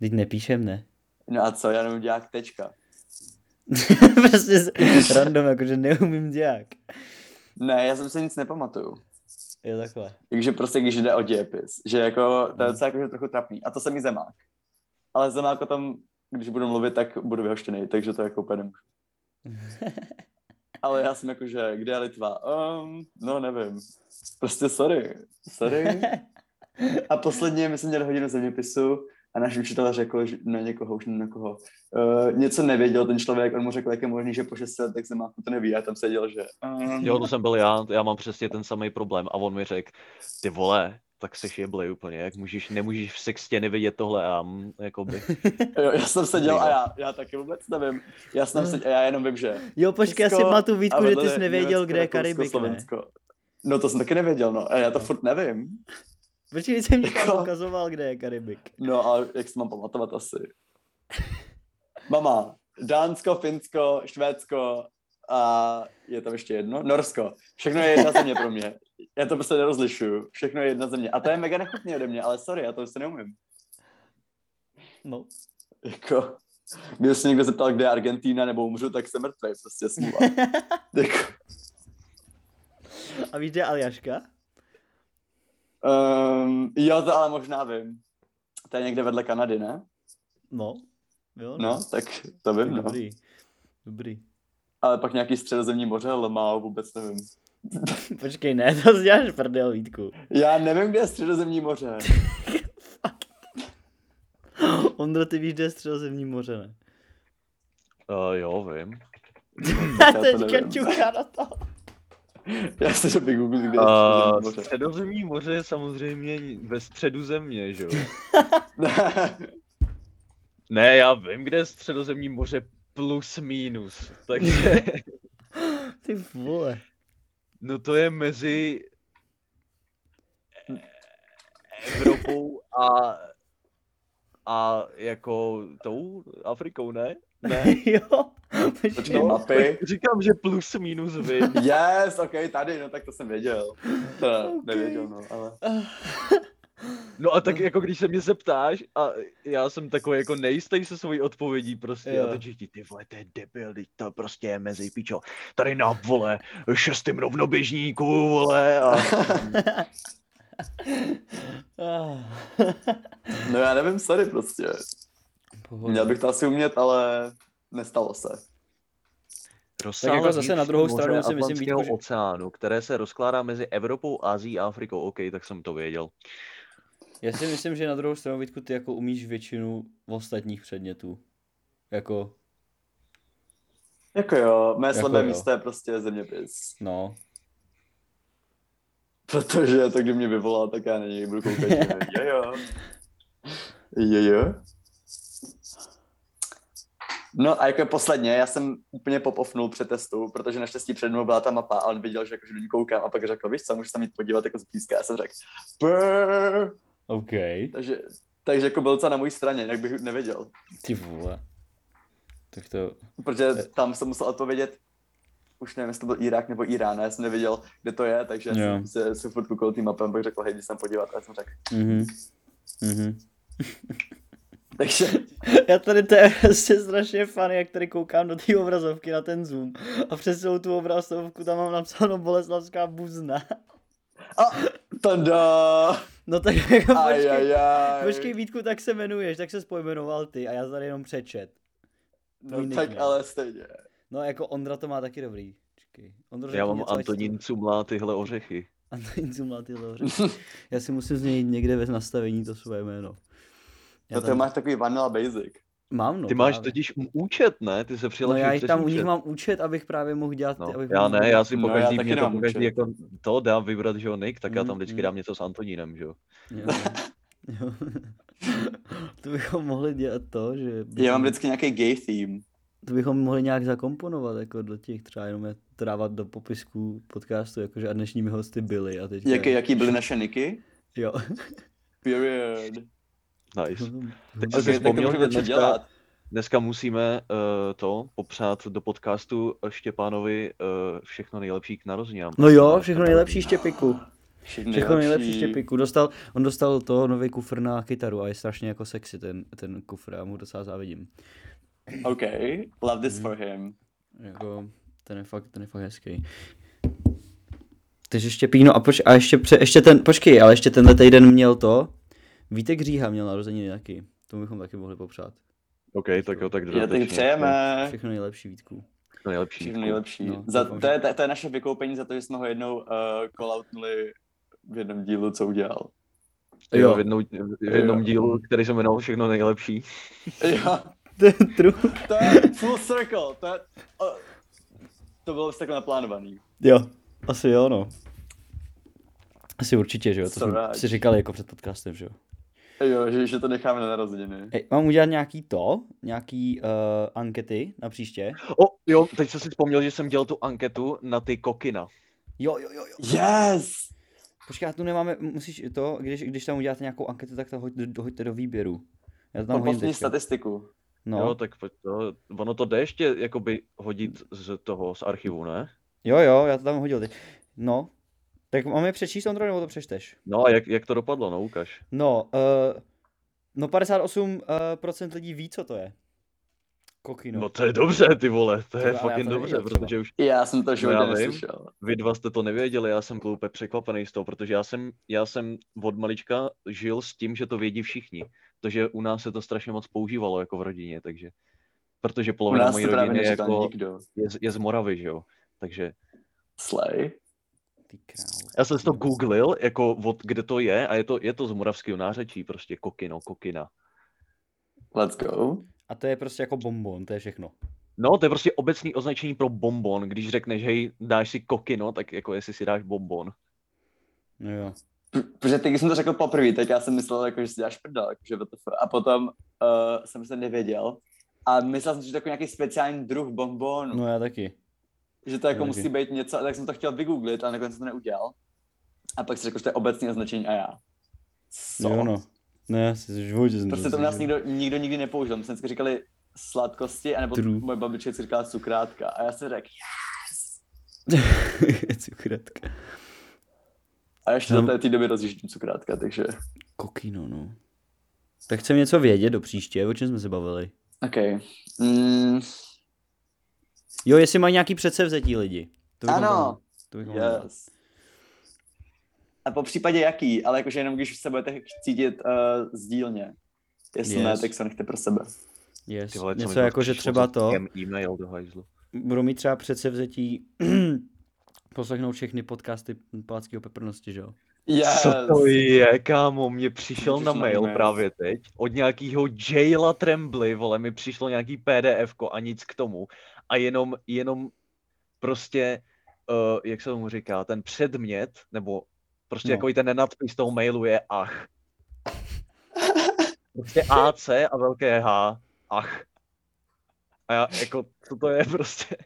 Speaker 3: Teď nepíšem, ne?
Speaker 1: No a co, já neumím děják, tečka.
Speaker 3: *laughs* prostě s- random, jakože neumím dělák.
Speaker 1: Ne, já jsem se nic nepamatuju.
Speaker 3: Je takhle.
Speaker 1: Takže prostě, když jde o dějepis, že jako, to je docela jako, že trochu trapný. A to samý Zemák. Ale Zemák o tom, když budu mluvit, tak budu vyhoštěný, takže to jako úplně nemůžu. Ale já jsem jako, že kde je Litva? Um, no nevím. Prostě sorry. Sorry. A posledně my jsme měli hodinu zeměpisu a náš učitel řekl že na někoho, už na koho. Uh, něco nevěděl ten člověk, on mu řekl, jak je možný, že po 6 letech Zemák to neví. Já tam seděl, že... Um,
Speaker 4: Jo, to jsem byl já, já mám přesně ten samý problém. A on mi řekl, ty vole, tak seš jeblej úplně, jak můžeš, nemůžeš v sextě nevidět tohle a mm, jakoby. *laughs*
Speaker 1: jo, já jsem seděl a já, já taky vůbec nevím. Já jsem seděl, a já jenom vím, že
Speaker 3: Jo, počkej, já si
Speaker 1: Česko
Speaker 3: pamatuju
Speaker 1: a
Speaker 3: Vítku, že ty
Speaker 1: vedle jako
Speaker 3: jsi nevěděl,
Speaker 1: Německo,
Speaker 3: kde je
Speaker 1: Rakousko,
Speaker 3: Karibik, ne?
Speaker 1: Slovensko. No to jsem taky nevěděl, no. A já to furt nevím.
Speaker 3: Počkej, ty jsi mě
Speaker 1: Jako-
Speaker 3: tam ukazoval, kde je Karibik.
Speaker 1: No a jak si mám pamatovat asi? Mama, Dánsko, Finsko, Švédsko a je tam ještě jedno, Norsko. Všechno je jedna země pro mě. Já to prostě nerozlišuju. Všechno je jedna země. A to je mega nechutný ode mě, ale sorry, já to prostě neumím.
Speaker 3: No.
Speaker 1: Jako, když se někdo zeptal, kde je Argentína nebo umřu, tak jsem mrtvý, prostě
Speaker 3: *laughs*
Speaker 1: smůla. Jako,
Speaker 3: A víš, kde je Aljaška?
Speaker 1: um, jo, to ale možná vím. To je někde vedle Kanady, ne?
Speaker 3: No. Jo,
Speaker 1: No, tak to
Speaker 3: Tak
Speaker 1: vím, no.
Speaker 3: Dobrý. Dobrý. *laughs*
Speaker 1: Ale pak nějaký středozemní moře, Lmao, vůbec nevím.
Speaker 3: Počkej, ne, to si děláš prdel, Vítku. *gasps*
Speaker 1: Já nevím, kde je středozemní
Speaker 3: *laughs*
Speaker 1: moře.
Speaker 3: Ondro, ty víš, kde je středozemní moře, ne?
Speaker 4: Uh, jo, vím.
Speaker 1: *laughs* já
Speaker 3: *laughs*
Speaker 1: to
Speaker 3: Teďka
Speaker 1: nevím.
Speaker 3: čuká
Speaker 1: *laughs*
Speaker 3: na to.
Speaker 1: Já se to vygooglit, kde je
Speaker 3: Eh,
Speaker 1: středozemní
Speaker 4: Uh,
Speaker 1: moře.
Speaker 4: středozemní moře je samozřejmě ve středu země, že jo? Ne, já vím, kde je středozemní moře plus minus. *laughs* Takže,
Speaker 3: Ty vole.
Speaker 4: no to je mezi Evropou a a jako tou Afrikou, ne? Ne.
Speaker 3: *laughs* jo, počkej.
Speaker 1: *laughs* Počkej, mapy.
Speaker 4: Říkám, že plus minus vím.
Speaker 1: Yes, ok, tady, no tak to jsem věděl. To
Speaker 3: Ok.
Speaker 1: Nevěděl, no, ale...
Speaker 4: No a tak jako když se mě zeptáš a já jsem takový jako nejistý se svojí odpovědí prostě
Speaker 3: Jo.
Speaker 4: a teď všichni ty vole, to je debil, teď to prostě je mezi pičo. Tady na vole, šestým rovnoběžníku vole
Speaker 3: *laughs*
Speaker 4: a
Speaker 3: jako Ah. *laughs*
Speaker 1: No já nevím, sorry prostě.
Speaker 3: Pohoda.
Speaker 1: Měl bych to asi umět, ale nestalo se.
Speaker 4: rozsáhlé
Speaker 3: jako zase na
Speaker 4: vnitřní
Speaker 3: druhou
Speaker 4: moře
Speaker 3: stranu si myslím,
Speaker 4: Atlantského
Speaker 3: Vítku, že-
Speaker 4: oceánu, které se rozkládá mezi Evropou, Ázií a Afrikou. OK, tak jsem to věděl.
Speaker 3: Já si myslím, že na druhou stranu, Vítku, ty jako umíš většinu ostatních předmětů. Jako,
Speaker 1: Jako jo, mé
Speaker 3: Jako
Speaker 1: slabé
Speaker 3: jo.
Speaker 1: místo je prostě zeměpis.
Speaker 3: no.
Speaker 1: Protože to, kdy mě vyvolá, tak já na něj budu koukat, že jo, jo. jo. No a jako posledně, já jsem úplně popofnul před testu, protože naštěstí před mnou byla ta mapa a on viděl, že jakože do ní koukám a pak řekl, víš co, můžu se mít podívat jako zblízka. Já jsem řekl, "Brr."
Speaker 3: OK.
Speaker 1: takže, takže jako byl co na mojí straně, jinak bych nevěděl.
Speaker 3: Ty vole. Tak to...
Speaker 1: Protože tam jsem musel odpovědět, už nevím, jestli to byl Irák nebo Irán, já jsem nevěděl, kde to je, takže já
Speaker 3: Jo.
Speaker 1: jsem se, se furt koukal tým mapem, pak řekl, hej, jdi se tam podívat, a já jsem řekl,
Speaker 3: Mhm. Mhm.
Speaker 1: takže
Speaker 3: Já tady to je prostě strašně fun, jak tady koukám do té obrazovky na ten Zoom a přes celou tu obrazovku tam mám napsáno Boleslavská buzna.
Speaker 1: Tanda!
Speaker 3: No tak jako
Speaker 1: Aj,
Speaker 3: *laughs*
Speaker 1: aj,
Speaker 3: počkej,
Speaker 1: aj.
Speaker 3: počkej Vítku, tak se jmenuješ, tak se spojmenoval ty a já tady jenom přečet.
Speaker 1: no,
Speaker 3: jiný
Speaker 1: tak
Speaker 3: kmen.
Speaker 1: ale stejně.
Speaker 3: No jako Ondra to má taky dobrý. Čekej. Ondro,
Speaker 4: Já
Speaker 3: řekni
Speaker 4: mám
Speaker 3: něco, ať
Speaker 4: Antonín
Speaker 3: to-
Speaker 4: Cumlá tyhle ořechy.
Speaker 3: Antonín Zumla, ty dobře. Já si musím změnit někde ve nastavení to své jméno. Já
Speaker 1: No to
Speaker 3: tam-
Speaker 1: máš takový vanilla basic.
Speaker 3: Mám no
Speaker 4: Ty máš
Speaker 3: právě.
Speaker 4: totiž účet, ne? Ty se
Speaker 3: No
Speaker 4: přihlašuješ
Speaker 3: já jich
Speaker 4: přes
Speaker 3: tam u
Speaker 4: účet.
Speaker 3: nich mám účet, abych právě mohl dělat...
Speaker 4: No,
Speaker 3: abych
Speaker 4: já
Speaker 3: mohl
Speaker 4: ne,
Speaker 3: dělat-
Speaker 4: já si
Speaker 1: No,
Speaker 4: po
Speaker 1: já
Speaker 4: každý,
Speaker 1: taky
Speaker 4: mě to
Speaker 1: nemám Mhm,
Speaker 4: po každý
Speaker 1: účet.
Speaker 4: jako to dám vybrat, že jo, Nick, tak já
Speaker 3: Mm,
Speaker 4: tam vždycky
Speaker 3: mm.
Speaker 4: dám něco s Antonínem, že jo.
Speaker 3: Jo. Jo. *laughs* to bychom mohli dělat to, že...
Speaker 1: Já mám
Speaker 3: Bychom,
Speaker 1: vždycky nějaký gay theme.
Speaker 3: to bychom mohli nějak zakomponovat jako do těch třeba jenom je to dávat do popisku podcastu, jakože a dnešními hosty byli a teď...
Speaker 1: Jaký, jaký byly naše niky?
Speaker 3: Jo.
Speaker 1: Period.
Speaker 4: Nice.
Speaker 1: Mhm.
Speaker 3: Teď
Speaker 4: si
Speaker 1: Okay, tak to
Speaker 4: vzpomněl,
Speaker 1: můžeme
Speaker 4: že
Speaker 1: začít
Speaker 4: dneska-
Speaker 1: dělat.
Speaker 4: Dneska musíme uh, to popřát do podcastu eh, Štěpánovi uh, všechno nejlepší k narozeninám.
Speaker 3: No jo, všechno nejlepší štěpiku.
Speaker 1: Všechno
Speaker 3: Všechno nejlepší štěpiku. Dostal, on dostal toho nový kufr na kytaru a je strašně jako sexy ten, ten kufr, já mu docela závidím.
Speaker 1: OK, love this for
Speaker 3: Hmm.
Speaker 1: him.
Speaker 3: Jako, ten je fakt, ten je fakt hezký. Takže Štěpíno a, poč- a ještě, pře- ještě ten, počkej, ale ještě tenhle týden měl to. Vítek Říha měl narozeniny taky. To bychom taky mohli popřát.
Speaker 4: OK, tak jo, tak
Speaker 1: Já teď
Speaker 4: dodatečně.
Speaker 1: přejeme.
Speaker 3: Všechno nejlepší Vítku.
Speaker 4: Všechno nejlepší.
Speaker 1: Všechno nejlepší.
Speaker 3: jako No,
Speaker 1: za,
Speaker 3: doufám,
Speaker 1: to, je, to je- to je naše vykoupení za to, že jsme ho jednou uh, calloutnuli v jednom dílu, co udělal. *laughs*
Speaker 4: Jo, v, *laughs*
Speaker 3: Jo.
Speaker 4: jednou, v jednom
Speaker 1: Jo.
Speaker 4: dílu, který se jmenoval Všechno nejlepší.
Speaker 1: Jo,
Speaker 3: True.
Speaker 1: to je full circle. To, je, o, to bylo takhle naplánovaný.
Speaker 3: Jo, asi jo, no. Asi určitě, že jo, to
Speaker 1: Co
Speaker 3: jsme
Speaker 1: rád.
Speaker 3: si říkali jako před podcastem, že jo.
Speaker 1: Jo, že, že to necháme na narozeniny.
Speaker 3: Hej, mám udělat nějaký to, nějaký uh, ankety na příště?
Speaker 4: O, jo, teď jsem si vzpomněl, že jsem dělal tu anketu na ty kokina.
Speaker 3: Jo, jo, jo, jo.
Speaker 1: Yes!
Speaker 3: Počkej, a tu nemáme, musíš to, když, když tam uděláte nějakou anketu, tak to hoď, hoďte do výběru. Já to tam
Speaker 1: No,
Speaker 3: hodím
Speaker 1: Poslí
Speaker 3: teďka.
Speaker 1: statistiku.
Speaker 3: No,
Speaker 4: No. Jo, tak pojď to, ono to jde ještě jakoby hodit z toho, z archivu, ne?
Speaker 3: jo, jo, já to tam hodil teď. No, tak máme přečíst, Ondro, nebo to přečteš?
Speaker 4: No a jak, jak to dopadlo, no ukaž.
Speaker 3: No, uh, no 58% procent lidí ví, co to je. Kokino.
Speaker 4: No. to je dobře, ty vole, to je
Speaker 3: Tyhle, ale já
Speaker 4: fucking
Speaker 3: to
Speaker 4: dobře,
Speaker 3: nevěděl třeba.
Speaker 4: protože už
Speaker 1: Já jsem to v
Speaker 4: Já
Speaker 1: životě
Speaker 4: vím.
Speaker 1: neslyšel.
Speaker 4: vy dva jste to nevěděli, já jsem byl úplně překvapený z toho, protože já jsem, já jsem od malička žil s tím, že to vědí všichni. Protože u nás se to strašně moc používalo jako v rodině, takže. Protože
Speaker 1: U
Speaker 4: polovina
Speaker 1: nás
Speaker 4: mojí
Speaker 1: to právě
Speaker 4: rodiny je,
Speaker 1: neříkal
Speaker 4: jako,
Speaker 1: nikdo.
Speaker 4: je, z- je z Moravy, že jo. Takže
Speaker 1: Slej.
Speaker 3: Ty král.
Speaker 4: já jsem si to googlil, jako od kde to je, a je to, je to z moravského nářečí, prostě kokino, kokina.
Speaker 1: Let's go.
Speaker 3: A to je prostě jako bonbon, to je všechno.
Speaker 4: No, to je prostě obecný označení pro bonbon. Když řekneš, hej, dáš si kokino, tak jako jestli si dáš bonbon.
Speaker 3: No jo.
Speaker 1: P- Protože teď, když jsem to řekl poprvé, tak já jsem myslel, jako, že si děláš prdel, jako, že WTF. A potom uh, jsem se nevěděl. A myslel jsem, si, že to je jako nějaký speciální druh bonbonu.
Speaker 3: No já taky.
Speaker 1: Že to jako
Speaker 3: Taky.
Speaker 1: musí být něco, tak jsem to chtěl vygooglit, ale nakonec jsem to neudělal. A pak si řekl, že to je obecní označení a já. Co?
Speaker 3: Jo no. Ne, já si v životě jsem
Speaker 1: Prostě to u nás nikdo, nikdo nikdy nepoužil. My jsme vždycky říkali sladkosti, anebo
Speaker 3: True.
Speaker 1: moje babička si říkala cukrátka. A já jsem řekl, yes!
Speaker 3: *laughs* Cukratka.
Speaker 1: A ještě
Speaker 3: No.
Speaker 1: do té- té doby rozjíždím cukrátka, takže...
Speaker 3: Kokino, no. Tak chcem něco vědět do příště, o čem jsme se bavili.
Speaker 1: OK. Mm,
Speaker 3: Jo, jestli mají nějaký předsevzetí lidi. To bychom
Speaker 1: Ano.
Speaker 3: mohli- To bychom mohli.
Speaker 1: yes. A po případě jaký, ale jakože jenom když se budete cítit uh, sdílně. Jestli yes. ne,
Speaker 3: Yes.
Speaker 1: tak se nechte pro sebe.
Speaker 3: Yes.
Speaker 4: Ty vole, co mi
Speaker 3: Něco
Speaker 4: pak
Speaker 3: jako, že
Speaker 4: přišlo
Speaker 3: třeba
Speaker 4: za
Speaker 3: to,
Speaker 4: scam E-mail do hajzlu.
Speaker 3: budou mít třeba předsevzetí *clears throat* poslechnout všechny podcasty Palackého peprnosti, že jo?
Speaker 1: Yes.
Speaker 4: Co to je, kámo? Mně přišel
Speaker 1: Mně
Speaker 4: na
Speaker 1: přišel
Speaker 4: mail
Speaker 1: e-mail.
Speaker 4: právě teď od nějakého Jaila Trembly, vole, mi přišlo nějaký pdf a nic k tomu. A jenom, jenom prostě, uh, jak se tomu říká, ten předmět, nebo prostě
Speaker 2: No.
Speaker 4: no. jako i ten nadpis toho mailu je ach. Prostě AC a velké H, ach. A já, jako, co to je prostě?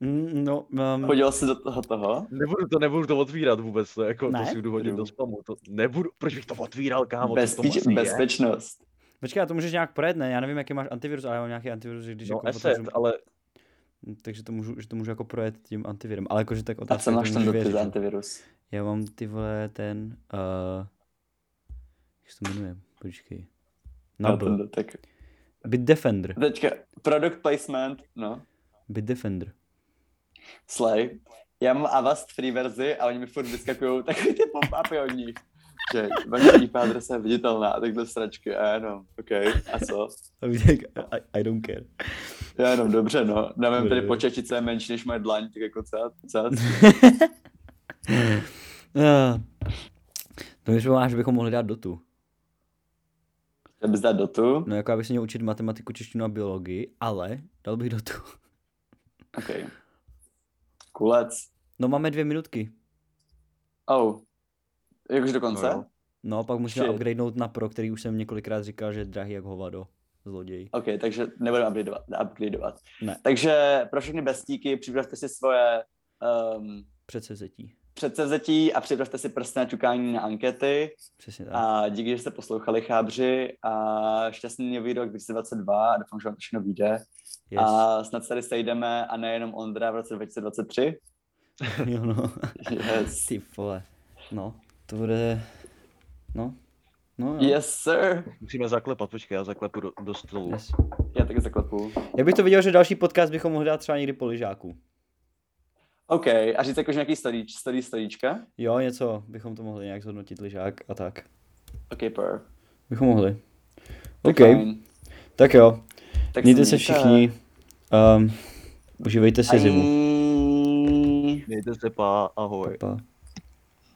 Speaker 3: Mm, no, um,
Speaker 1: Podíval se do toho toho?
Speaker 4: Nebudu to, nebudu to otvírat vůbec, to, jako,
Speaker 3: Ne?
Speaker 4: to si jdu hodit do
Speaker 1: Dobrý.
Speaker 4: spamu. To nebudu, proč bych to otvíral, kámo? co to
Speaker 1: Bezpeč,
Speaker 4: vlastně je?
Speaker 1: bezpečnost.
Speaker 3: počkej, to můžeš nějak projet, ne? Já nevím, jaký máš antivirus, ale já mám nějaký antivirus, že když
Speaker 4: No,
Speaker 3: jako
Speaker 4: asset,
Speaker 3: otevřu-
Speaker 4: ale
Speaker 3: takže to můžu, že to můžu jako projet tím antivirem, ale jakože tak
Speaker 1: A
Speaker 3: otázka,
Speaker 1: co
Speaker 3: jak
Speaker 1: máš
Speaker 3: tomu
Speaker 1: tam
Speaker 3: můžu
Speaker 1: do ty
Speaker 3: věřit,
Speaker 1: za
Speaker 3: jo?
Speaker 1: antivirus?
Speaker 3: Já mám ty vole ten, uh, jak se to jmenuje, počkej,
Speaker 4: No,
Speaker 1: Já ten
Speaker 3: Nabl,
Speaker 1: dotek.
Speaker 3: Bitdefender,
Speaker 1: Teďka, product placement, no,
Speaker 3: Bitdefender.
Speaker 1: slay. Já mám Avast free verzi a oni mi furt vyskakují takový ty pop-upy od nich. Že vaše IP adresa je viditelná a takhle sračky. A já jenom, OK, a co?
Speaker 3: A víš, jak- I, I don't care.
Speaker 1: Já jenom, dobře, no. Dáme
Speaker 3: Dobře.
Speaker 1: tady počačit, co je menší než moje dlaň, tak jako co? co?
Speaker 3: Ah. To mi máš, že bychom mohli dát dotu.
Speaker 1: Já bys dát dotu.
Speaker 3: No jako já bych se měl učit matematiku, češtinu a biologii, ale dal bych dotu. *laughs*
Speaker 1: OK. Kulec.
Speaker 3: No máme dvě minutky.
Speaker 1: Oh. Jakož do
Speaker 4: No jo.
Speaker 1: konce?
Speaker 3: No pak musíme
Speaker 1: Shit.
Speaker 3: upgradenout na pro, který už jsem několikrát říkal, že je drahý jak hovado. Zloděj.
Speaker 1: OK, takže nebudeme upgradeovat. upgradeovat.
Speaker 3: Ne.
Speaker 1: Takže pro všechny bestíky připravte si svoje um,
Speaker 3: Předsevzetí.
Speaker 1: předsevzetí a připravte si prstné čukání na ankety.
Speaker 3: Přesně tak.
Speaker 1: A díky, že jste poslouchali chábři a šťastný nový rok 2022 a doufám, že vám to všechno vyjde.
Speaker 3: Yes.
Speaker 1: A snad se tady sejdeme a nejenom Ondra v roce 2023.
Speaker 3: *laughs* Jo, no.
Speaker 1: Yes.
Speaker 3: *laughs* Ty vole. No, to bude... No. No, jo.
Speaker 1: Yes, sir.
Speaker 4: musíme zaklepat, počkej, já zaklepu do, do stolu.
Speaker 3: Yes.
Speaker 1: Já taky zaklepu.
Speaker 3: Jak bych to viděl, že další podcast bychom mohli dát třeba někdy po lyžáku.
Speaker 1: OK, a říct jakože nějaký story, story, storíčka?
Speaker 3: Jo, něco bychom to mohli nějak zhodnotit lyžák a tak.
Speaker 1: OK, per.
Speaker 3: Bychom mohli.
Speaker 1: Tak
Speaker 3: OK,
Speaker 1: fajn.
Speaker 3: tak jo.
Speaker 1: Tak
Speaker 3: Mějte se všichni. Um, užívejte si zimu.
Speaker 1: Bye.
Speaker 4: Mějte se, pá, ahoj.
Speaker 3: Pa.